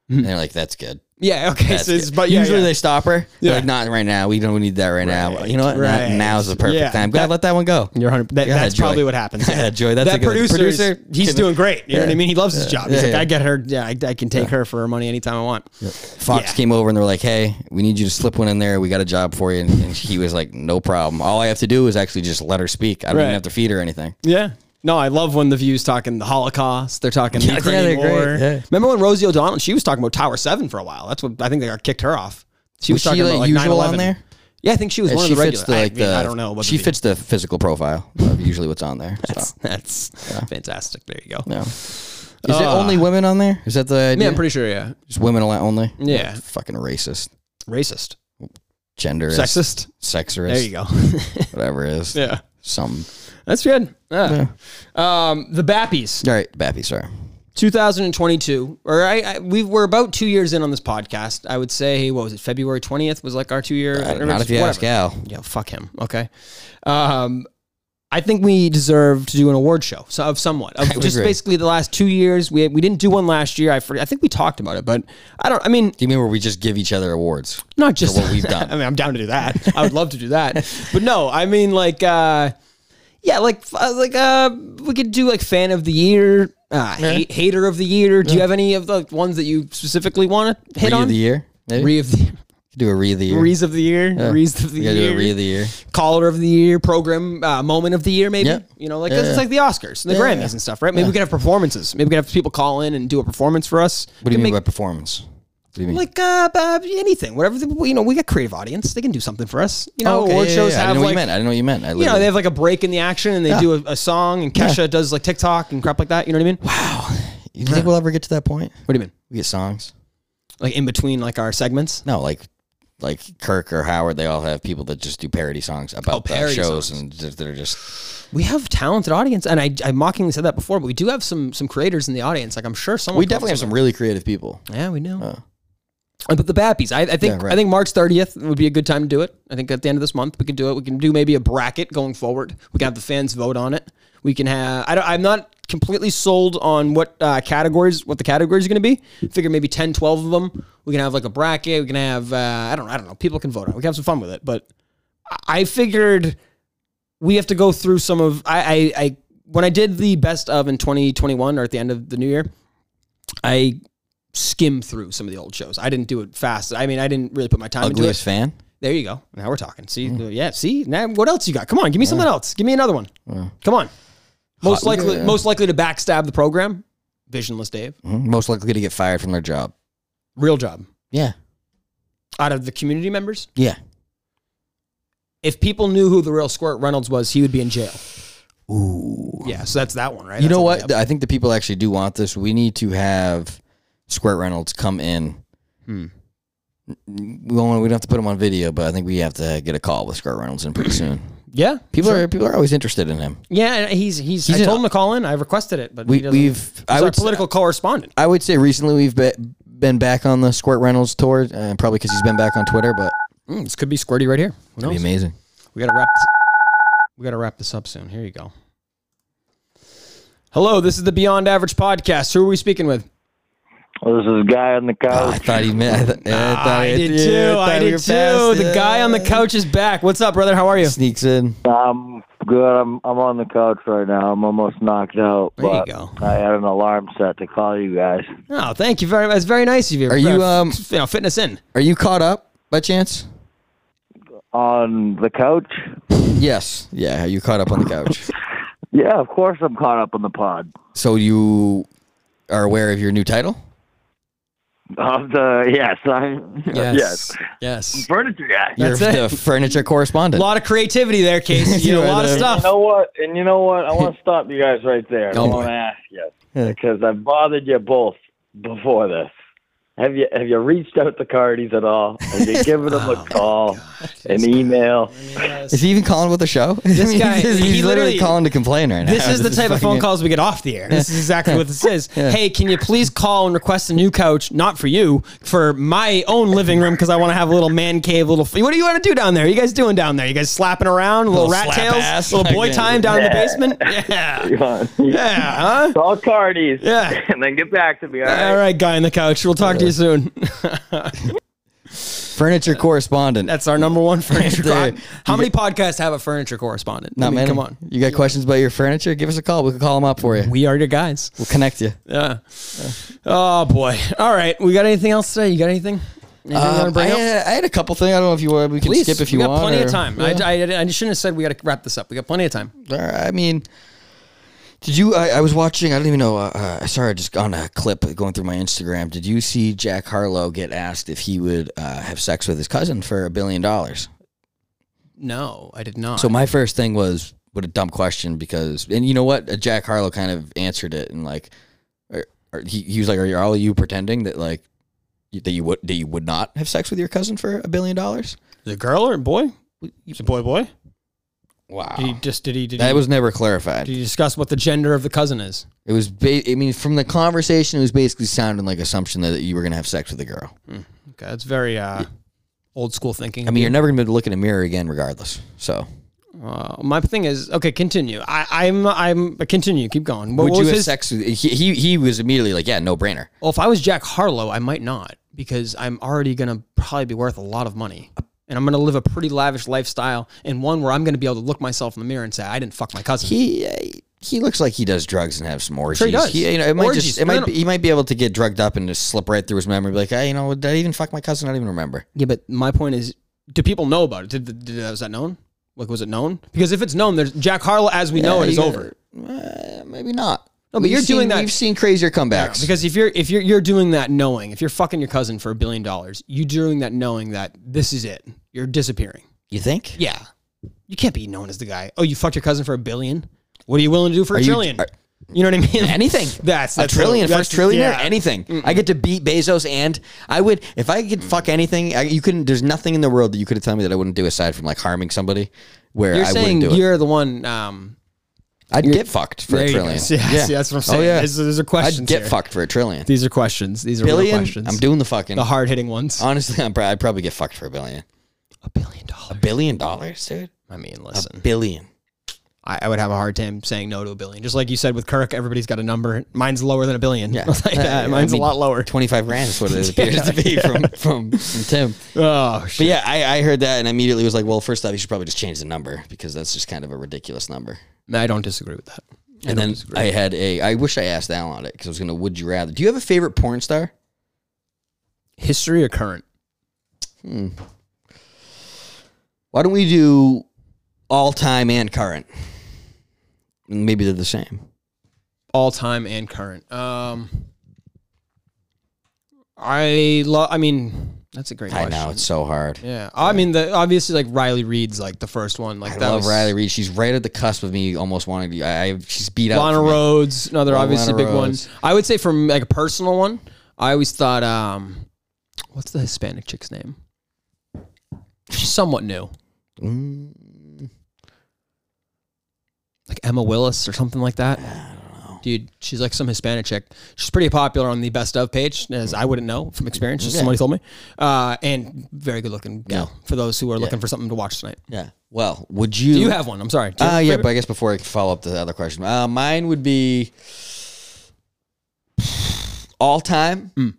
A: Hmm.
B: and they're like, "That's good."
A: Yeah. Okay.
B: That's
A: So it's,
B: good.
A: but yeah,
B: usually
A: yeah.
B: they stop her. They're
A: Yeah.
B: Like not right now. We don't need that right, now. You know what?
A: right.
B: Now, now's the perfect
A: Yeah.
B: time. God, let that one go.
A: You're 100. That,
B: Yeah,
A: that's
B: Joy.
A: probably what happens.
B: Yeah, Joy, that's
A: that
B: a good-
A: producer.
B: producer,
A: is- he's
B: can-
A: doing great. You know what I
B: Yeah.
A: mean? He loves his
B: Yeah.
A: job. He's
B: Yeah,
A: like,
B: yeah.
A: I get her. Yeah, I, I can take her for her money anytime I want.
B: Fox
A: Yeah.
B: came over and they're like, "Hey, we need you to slip one in there. We got a job for you." And, and he was like, "No problem. All I have to do is actually just let her speak. I don't
A: Right.
B: even have to feed her anything."
A: Yeah. No, I love when the views talking the Holocaust. They're talking the
B: Yeah,
A: Ukrainian
B: they're great.
A: war.
B: Yeah.
A: Remember when Rosie O'Donnell? She was talking about Tower Seven for a while. That's what I think they got kicked her off. She was,
B: Was she,
A: talking
B: like,
A: about like
B: usual
A: 9/11.
B: on there?
A: Yeah, I think she was
B: And
A: one
B: she
A: of the
B: fits
A: regulars.
B: the like
A: I, mean,
B: the.
A: I don't know. About
B: She
A: the
B: fits the physical profile of usually what's on there. So.
A: That's, that's fantastic. There you go.
B: No. Is it
A: Uh,
B: only women on there? Is that the idea?
A: Yeah, I'm pretty sure. Yeah.
B: Just women al- only?
A: Yeah.
B: Fucking racist.
A: Racist.
B: Genderist.
A: Sexist.
B: Sexist.
A: There you go.
B: Whatever it is.
A: Yeah.
B: Some.
A: That's good. Yeah. Um, the Bappies.
B: All right, Bappy, sorry.
A: 2022 or I, I we were about two years in on this podcast i would say what was it february 20th was like our two year
B: Uh, Not if you ask Al.
A: yeah fuck him okay um i think we deserve to do an award show so of somewhat of
B: I would
A: just
B: agree.
A: basically the last two years we we didn't do one last year i for, i think we talked about it but i don't i mean
B: Do you mean where we just give each other awards?
A: not just
B: what we've done.
A: I mean, I'm down to do that. I would love to do that. But no, I mean like uh yeah, like uh, like uh we could do like fan of the year, uh hate, hater of the year. Do you have any of the ones that you specifically want to hit
B: Re
A: on?
B: of the year? Maybe?
A: Re of the
B: do a re of the year.
A: Rees of the year,
B: Yeah.
A: Rees of the
B: We gotta do a
A: year,
B: Re of the year.
A: caller of the year, program uh, moment of the year, maybe.
B: Yeah.
A: You know, like 'cause
B: Yeah,
A: it's
B: yeah.
A: like the Oscars, and the
B: Yeah,
A: Grammys
B: yeah.
A: and stuff, right? Maybe we could have performances. Maybe we could have people call in and do a performance for us.
B: What do you
A: Could
B: mean
A: make-
B: by performance? What do you mean?
A: like uh, uh, anything, whatever. The, you know, we got creative audience; they can do something for us. You know,
B: Oh, okay,
A: award
B: yeah, yeah,
A: shows
B: yeah. I
A: have
B: didn't know what
A: like
B: you meant. I didn't know what you meant. I
A: you know
B: literally-
A: they have like a break in the action, and they do a, a song, and Kesha does like TikTok and crap like that. You know what I mean?
B: you think we'll ever get to that point?
A: What do you mean?
B: We get songs?
A: Like in between like our segments?
B: No, like like Kirk or Howard, they all have people that just do parody songs about the
A: Oh, parody
B: shows and th- they're just
A: We have talented audience, and I, I mockingly said that before, but we do have some some creators in the audience. Like I'm sure someone
B: we
A: come up
B: definitely have
A: with
B: some really creative people.
A: something. yeah, we know. Uh, But the Bappies, I, I think
B: Yeah, right.
A: I think March 30th would be a good time to do it. I think at the end of this month we can do it. We can do maybe a bracket going forward. We can have the fans vote on it. We can have. I don't, I'm not completely sold on what uh, categories, what the categories are going to be. Figure maybe 10, 12 of them. We can have like a bracket. We can have. Uh, I don't. I don't know. People can vote on. it. We can have some fun with it. But I- I figured we have to go through some of. I I, I when I did the best of in 2021 or at the end of the new year, I skim through some of the old shows. I didn't do it fast. I mean, I didn't really put my time into
B: Ugliest
A: it.
B: fan?
A: There you go. Now we're talking. See,
B: Mm-hmm.
A: yeah. See, now what else you got? Come on, give me something else. Give me another one. Come on. Most
B: Hot-
A: likely,
B: yeah.
A: most likely to backstab the program. Visionless Dave,
B: Mhm. Most likely to get fired from their job.
A: real job.
B: Yeah.
A: Out of the community members,
B: Yeah.
A: if people knew who the real Squirt Reynolds was, he would be in jail. Ooh. Yeah. So that's that one, right?
B: you
A: That's
B: know
A: all
B: what?
A: we have.
B: I think the people actually do want this. We need to have Squirt Reynolds come in.
A: Hmm.
B: We don't, want, we don't have to put him on video, but I think we have to get a call with Squirt Reynolds in pretty soon.
A: Yeah,
B: people
A: sure.
B: are people are always interested in him.
A: Yeah, and he's he's.
B: He's
A: I
B: an-
A: told him to call in. I requested it, but
B: We-
A: he doesn't-
B: we've-
A: He's
B: I
A: our
B: would say-
A: political correspondent.
B: I would say recently we've be, been back on the Squirt Reynolds tour, uh, probably because he's been back on Twitter. But
A: Mm, this could be squirty right here. Who
B: it'd be
A: knows?
B: amazing.
A: We gotta wrap. This, we gotta wrap this up soon. Here you go. Hello, this is the Beyond Average podcast. Who are we speaking with?
L: Well, this is a guy on the couch. I
B: thought he meant. Ah, I, th- I, thought
A: Ah, I
B: he-
A: did
B: yeah,
A: too.
B: thought
A: I
B: we
A: did
B: were
A: too.
B: past
A: The
B: it.
A: guy on the couch is back. What's up, brother? How are you?
B: Sneaks in.
L: I'm good. I'm I'm on the couch right now. I'm almost knocked out.
A: There you
L: but
A: go.
L: I had an alarm set to call you guys.
A: Oh, thank you very much. It's very nice of you.
L: Are you,
A: um? You know, fitness in.
B: Are you caught up by chance?
L: On the couch?
B: Yes. Yeah. Are you caught up on the couch?
L: Yeah, of course I'm caught up on the pod.
B: so you are aware of your new title?
L: Of the yes, I yes.
A: Yes.
L: Furniture guy.
B: You're the furniture
A: A
B: correspondent.
A: lot of creativity there, Casey. You know, a lot of
L: And
A: stuff.
L: You know what? And you know what? I want to stop you guys right there.
B: Oh,
L: I want
B: boy.
L: to ask you because I bothered you both before this. Have you have you reached out to Cardis at all? Have you given
B: Oh,
L: them a call, an email?
B: Is he even calling with the show?
A: This guy-
B: he's,
A: he
B: he's literally
A: literally-
B: calling to complain right now.
A: This is the type of
B: fucking
A: phone
B: it.
A: calls we get off the air. This is exactly what this is.
B: Yeah.
A: Hey, can you please call and request a new couch? Not for you, for my own living room because I want to have a little man cave. Little. What do you want to do down there? you guys doing down there? You guys slapping around? Little,
L: Little
A: rat
L: slap
A: tails?
L: ass.
A: Little boy
L: Yeah.
A: time down in the
L: Yeah.
A: basement? Yeah.
L: yeah,
A: huh?
L: Call Cardis.
A: Yeah.
L: and then get back to me. All right.
A: All right, guy on the couch. We'll talk to you soon.
B: furniture correspondent.
A: That's our number one furniture.
B: There.
A: corre- How many podcasts have a furniture correspondent? I
B: Not
A: mean,
B: many.
A: Come on.
B: You got questions about your furniture? Give us a call. We can call them up for you.
A: We are your guys.
B: We'll connect you.
A: Yeah. Oh boy. All right. We got anything else today? You got anything? Anything you wanna
B: Um, I,
A: bring up?
B: had, I had a couple things. I don't know if you want. We can
A: Please.
B: skip if you
A: we got
B: want.
A: Plenty
B: or-
A: of time.
B: Yeah.
A: I, I, I shouldn't have said we got to wrap this up. We got plenty of time.
B: All right, I mean, did you? I, I was watching. I don't even know. Uh, uh, sorry, I just on a clip going through my Instagram. Did you see Jack Harlow get asked if he would uh, have sex with his cousin for a billion dollars?
A: No, I did not.
B: So my first thing was, what a dumb question because, and you know what, Uh, Jack Harlow kind of answered it and like, or, or he, he was like, are you all you pretending that like you- that you would that you would not have sex with your cousin for a billion dollars?
A: Is it a girl or a boy? Is it boy boy?
B: Wow,
A: Did he just did he did
B: Ah. that
A: he,
B: was never clarified.
A: did he discuss what the gender of the cousin is?
B: It was, ba- I mean, from the conversation, it was basically sounding like assumption that you were gonna have sex with a girl.
A: Okay, that's very uh, old school thinking.
B: I mean, you're never gonna be able to look in a mirror again, regardless. So,
A: Uh, my thing is okay. Continue. I, I'm I'm continue. Keep going. What,
B: would
A: what
B: you
A: was
B: have
A: his?
B: sex? With, he, he he was immediately like, yeah, no brainer.
A: Well, if I was Jack Harlow, I might not because I'm already gonna probably be worth a lot of money. And I'm gonna live a pretty lavish lifestyle, and one where I'm gonna be able to look myself in the mirror and say, "I didn't fuck my cousin."
B: He uh, he looks like he does drugs and have some orgies.
A: Sure he does.
B: you know, it might
A: Orgies.
B: just it
A: No,
B: might
A: no.
B: be, he might be able to get drugged up and just slip right through his memory. Be like, hey, you know, did I even fuck my cousin? I don't even remember.
A: Yeah, but my point is, do people know about it? Did, did, did was that known? Like, was it known? Because if it's known, there's Jack Harlow as we know
B: Yeah,
A: it is
B: you-
A: over.
B: Uh, maybe not.
A: No, but
B: We've
A: you're doing
B: seen-
A: that-
B: We've seen crazier comebacks.
A: Because if you're if you're you're doing that knowing, if you're fucking your cousin for a billion dollars, you doing that knowing that this is it. You're disappearing.
B: you think?
A: Yeah, you can't be known as the guy. Oh, you fucked your cousin for a billion. What are you willing to do for
B: Are
A: a
B: you-
A: trillion? You,
B: are-
A: know what I mean?
B: Anything.
A: That's, that's
B: a trillion,
A: that's-
B: first trillionaire,
A: yeah.
B: anything. I get to beat Bezos, and I would if I could fuck anything. I, you couldn't. There's nothing in the world that you could have told me that I wouldn't do aside from like harming somebody. Where
A: You're
B: I
A: saying
B: wouldn't do it.
A: you're the one. Um,
B: I'd
A: you're-
B: get fucked for
A: There
B: a
A: you go.
B: trillion. Oh,
A: See, see, that's what I'm saying. These- these are questions
B: I'd get
A: here.
B: fucked for a trillion.
A: these are questions. These are real
B: billion.
A: questions.
B: I'm doing the fucking
A: the hard hitting ones.
B: Honestly, I'm, prob- I'd probably get fucked for a billion. A billion dollars. A billion dollars, dude.
A: I mean, listen.
B: a billion.
A: I, I would have a hard time saying no to a billion. Just like you said with Kirk, everybody's got a number. Mine's lower than a billion.
B: Yeah,
A: Like,
B: Yeah,
A: uh, mine's
B: I mean,
A: a lot lower.
B: Twenty-five grand is what it
A: Yeah,
B: appears to be
A: yeah.
B: from, from from Tim.
A: Oh
B: But
A: shit!
B: yeah, I, I heard that and immediately was like, well, first off, you should probably just change the number because that's just kind of a ridiculous number.
A: I don't disagree with that. I
B: and
A: don't
B: then
A: disagree.
B: I had a, I wish I asked Al on it because I was going to, would you rather? Do you have a favorite porn star?
A: history or current.
B: Hmm. Why don't we do all time and current? Maybe they're the same.
A: all time and current. Um, I love. I mean, that's a great
B: I
A: question.
B: know, it's so hard.
A: yeah, I mean, the obviously like Riley Reed's like the first one. Like
B: I
A: that
B: love
A: was
B: Riley Reed. She's right at the cusp of me almost wanting to, I, I she's beat out.
A: Lana
B: for me.
A: Rhodes, another
B: Lana
A: obviously big
B: Rhodes.
A: one. I would say from like a personal one, I always thought, um, what's the Hispanic chick's name? She's somewhat new.
B: Mm.
A: Emma Willis or something like that. Dude, she's like some Hispanic chick. She's pretty popular on the best of page, as I wouldn't know from experience. Just
B: Mm. Yeah.
A: somebody told me, uh, and very good looking gal
B: Yeah.
A: for those who are
B: Yeah.
A: looking for something to watch tonight.
B: Yeah. Well, would you?
A: Do you have one? I'm sorry. Do you
B: Uh,
A: have a
B: yeah,
A: favorite?
B: but I guess before I follow up to the other question, uh, mine would be all time.
A: Hmm.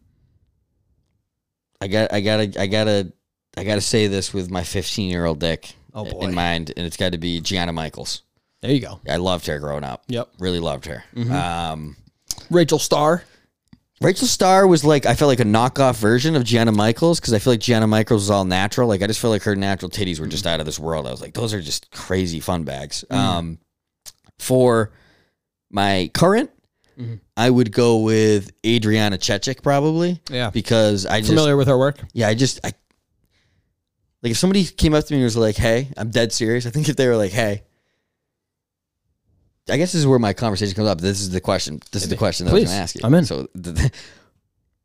B: I got, I gotta, I gotta, I gotta say this with my 15 year old dick
A: Oh, boy.
B: in mind, and it's got to be Gianna Michaels.
A: There you go.
B: I loved her growing up.
A: Yep.
B: really loved her.
A: Mhm.
B: Um,
A: Rachel Starr.
B: Rachel Starr was like I felt like a knockoff version of Gianna Michaels because I feel like Gianna Michaels was all natural. Like I just feel like her natural titties were
A: Mm-hmm.
B: just out of this world. I was like, those are just crazy fun bags. Um, for my current,
A: Mhm.
B: I would go with Adriana Chechik probably.
A: Yeah.
B: because I just
A: Familiar with her work?
B: Yeah, I just I like if somebody came up to me and was like, "Hey, I'm dead serious." I think if they were like, "Hey," I guess this is where my conversation comes up. This is the question. This is the question that I was
A: Please.
B: going to ask you.
A: I'm in.
B: So th- th-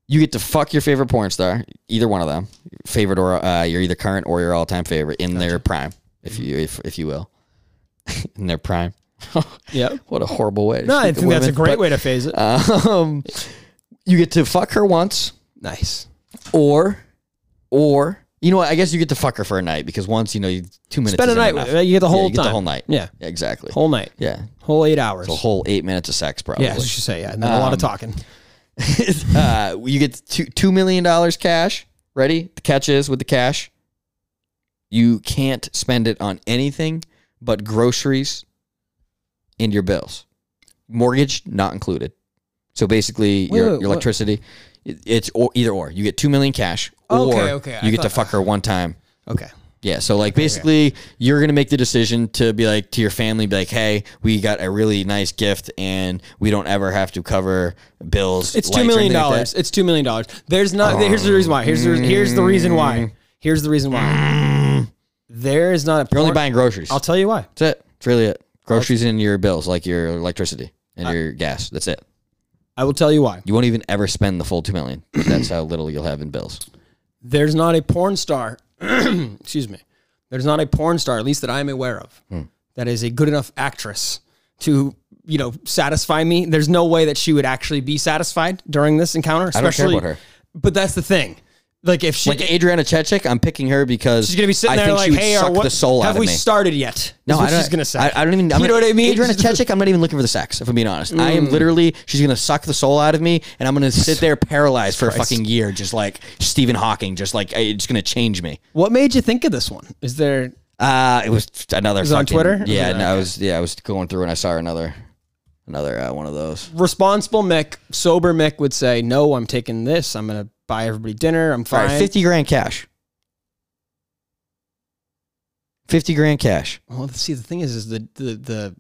B: you get to fuck your favorite porn star, either one of them, favorite or uh, you're either current or your all time favorite in their prime,
A: Mm-hmm.
B: if you if if you will, in their prime.
A: yeah.
B: What a horrible way. to
A: No, I
B: speak of
A: think that's a
B: women,
A: great
B: but-
A: way to phase it.
B: um, you get to fuck her once.
A: Nice.
B: Or, or you know what? I guess you get to fuck her for a night because once you know you two minutes.
A: Spend a
B: isn't
A: night
B: enough.
A: with her. You get the
B: Yeah,
A: whole
B: you get the
A: time.
B: whole night.
A: Yeah.
B: exactly.
A: Whole night.
B: Yeah,
A: Whole eight hours.
B: it's a whole eight minutes of sex probably.
A: yeah, as you should say. Yeah, and then a lot of
B: Um,
A: talking.
B: uh, you get two two million dollars cash. Ready? The catch is with the cash. You can't spend it on anything but groceries and your bills. Mortgage not included. So basically,
A: Wait,
B: your,
A: wait,
B: your
A: what?
B: electricity. it- It's or, either or. You get two million cash, or
A: Okay, okay, I
B: you get to
A: thought-
B: fuck her one time.
A: Okay.
B: Yeah. So like basically you're gonna make the decision to be like to your family, be like, hey, we got a really nice gift and we don't ever have to cover bills.
A: It's two
B: lights, or
A: million
B: anything like
A: dollars. it's two million dollars. There's not. here's the reason why. Here's the, here's the reason
B: Mm.
A: why. Here's the reason why. There is not. A
B: You're only
A: porn-
B: buying groceries.
A: I'll tell you why.
B: That's it. It's really it. Groceries and your bills, like your electricity and your gas. That's it.
A: I will tell you why.
B: You won't even ever spend the full two million. That's how little you'll have in bills.
A: There's not a porn star. excuse me. There's not a porn star, at least that I am aware of,
B: Hmm.
A: that is a good enough actress to you know satisfy me. There's no way that she would actually be satisfied during this encounter.
B: I don't care
A: Especially,
B: about her.
A: But that's the thing. Like if she
B: like Adriana Chechik, I'm picking her because
A: She's gonna be sitting
B: I
A: there
B: think
A: like,
B: she would
A: "Hey,
B: suck
A: are what,
B: the soul
A: have
B: out of
A: we
B: me.
A: started yet?"
B: No,
A: is what
B: I don't,
A: she's gonna say.
B: I, I don't even. I'm
A: you
B: not-
A: know what I mean?
B: Adriana Chechik, I'm not even looking for the sex. If I'm being honest, I am
A: Mm.
B: literally. She's gonna suck the soul out of me, and I'm gonna sit there paralyzed for a
A: Christ.
B: fucking year, just like Stephen Hawking. Just like I- it's gonna change me.
A: What made you think of this one? Is there?
B: Uh it was another.
A: Is it on
B: fucking-
A: Twitter?
B: Yeah,
A: Is it-
B: no, I was. Yeah, I was going through and I saw another, another uh, one of those.
A: Responsible Mick, sober Mick would say, "No, I'm taking this. I'm gonna buy everybody dinner. I'm
B: All
A: fine."
B: right, fifty grand cash. Fifty grand cash.
A: Well, see, the thing is, is the the the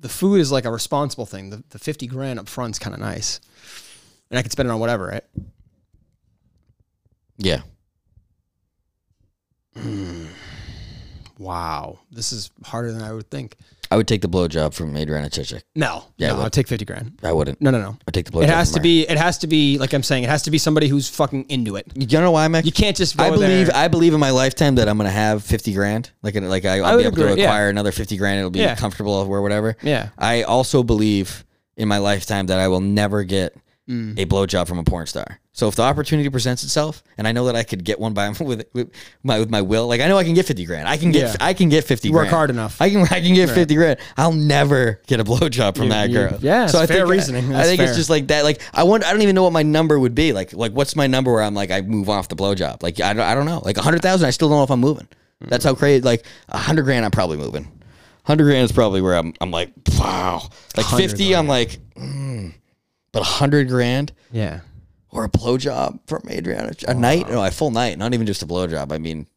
A: the food is like a responsible thing. The the fifty grand up front's kind of nice, and I could spend it on whatever, right?
B: Yeah.
A: Wow, this is harder than I would think.
B: I would take the blowjob from Adriana Chichik.
A: No,
B: Yeah, I
A: no,
B: would.
A: I'll take fifty grand.
B: I wouldn't.
A: No, no, no.
B: I'd take the blowjob.
A: It has
B: from
A: to
B: her.
A: be. It has to be like I'm saying. It has to be somebody who's fucking into it.
B: You know why, Mac?
A: You can't just. Go
B: I believe
A: There.
B: I believe in my lifetime that I'm gonna have fifty grand. Like like I, I'll
A: would
B: be able to
A: agree, yeah.
B: acquire another fifty grand. It'll be
A: Yeah.
B: comfortable or whatever.
A: Yeah.
B: I also believe in my lifetime that I will never get
A: Mm.
B: a blowjob from a porn star. So if the opportunity presents itself, and I know that I could get one by with, with my with my will, like I know I can get fifty grand. I can get
A: Yeah.
B: I can get fifty.
A: You work
B: grand.
A: hard enough.
B: I can I can get
A: Right.
B: fifty grand. I'll never get a blowjob from
A: You-
B: that
A: you-
B: girl.
A: yeah,
B: So
A: it's
B: I
A: fair
B: think
A: reasoning.
B: I,
A: That's
B: think it's
A: fair.
B: just like that. Like I want. I don't even know what my number would be. Like like what's my number where I'm like I move off the blowjob. Like I don't, I don't know. Like a hundred thousand. I still don't know if I'm moving. That's how crazy. Like a hundred grand. I'm probably moving. Hundred grand is probably where I'm. I'm like wow. Like
A: 100
B: fifty. I'm like. Mm. But a hundred grand
A: Yeah.
B: or a blowjob from Adriana a night? No, a full night. Not even just a blowjob. I mean,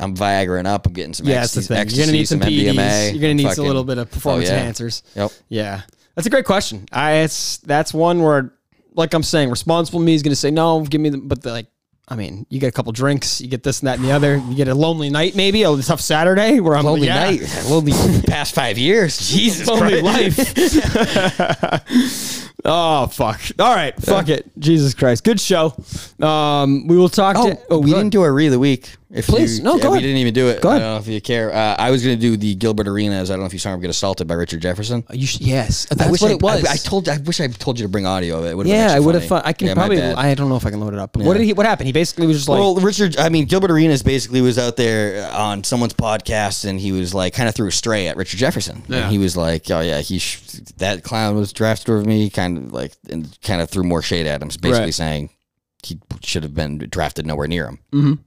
B: I'm Viagraing up. I'm getting some
A: yeah, that's the
B: ecstasy,
A: thing.
B: ecstasy
A: You're gonna need some,
B: some,
A: PEDs.
B: MDMA.
A: You're gonna need
B: fucking-
A: a little bit of
B: Oh,
A: performance
B: yeah.
A: enhancers.
B: Yep.
A: Yeah, that's a great question. I it's that's one where, like I'm saying, responsible me is gonna say no, give me the but the, like. I mean, you get a couple drinks, you get this and that and the other. You get a lonely night, maybe a tough Saturday where I'm
B: Lonely
A: yeah.
B: night. Lonely past five years. Jesus
A: Lonely
B: Christ.
A: life. oh fuck! All right, fuck it. Jesus Christ, good show. Um, we will talk.
B: Oh,
A: to,
B: we didn't do our re of the week. If
A: Please,
B: you,
A: no,
B: if
A: go
B: you
A: ahead.
B: didn't even do it.
A: Go
B: I don't know if you care. Uh, I was going to do the Gilbert Arenas. I don't know if you saw him get assaulted by Richard Jefferson.
A: You should, yes,
B: I
A: that's
B: wish
A: what
B: I-
A: it was.
B: I, I told. I wish I told you to bring audio of it. it would've been
A: yeah,
B: actually
A: I would have.
B: funny.
A: Fun. I can
B: Yeah, my
A: probably.
B: bad.
A: I don't know if I can load it up. But What
B: Yeah.
A: did he? What happened? He basically was just like.
B: well, Richard, I mean, Gilbert Arenas basically was out there on someone's podcast and he was like, kind of threw a stray at Richard Jefferson.
A: Yeah.
B: And he was like, oh, yeah, he sh- that clown was drafted over me, kind of like, and kind of threw more shade at him, basically
A: Right.
B: saying he should have been drafted nowhere near him.
A: Mhm.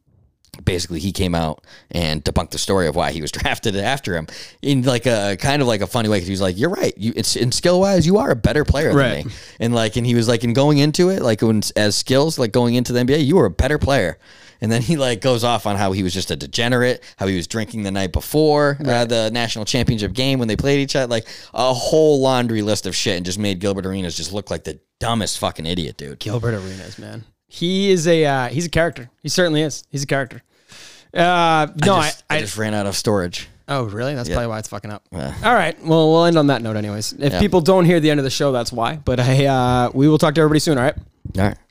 B: Basically, he came out and debunked the story of why he was drafted after him in like a kind of like a funny way because he was like, "You're right. You it's in skill wise, you are a better player than
A: Right.
B: me." And like, and he was like, and going into it, like when as skills, like going into the NBA, you were a better player. And then he like goes off on how he was just a degenerate, how he was drinking the night before uh, the national championship game when they played each other, like a whole laundry list of shit, and just made Gilbert Arenas just look like the dumbest fucking idiot, dude.
A: Gilbert Arenas, man. He is a uh, he's a character. He certainly is. He's a character. Uh, no,
B: I just, I, just ran out of storage.
A: Oh, really? That's
B: Yeah.
A: probably why it's fucking up.
B: Yeah.
A: All right. Well, we'll end on that note, anyways. If
B: Yeah.
A: people don't hear the end of the show, that's why. But I, uh, we will talk to everybody soon. All right.
B: All right.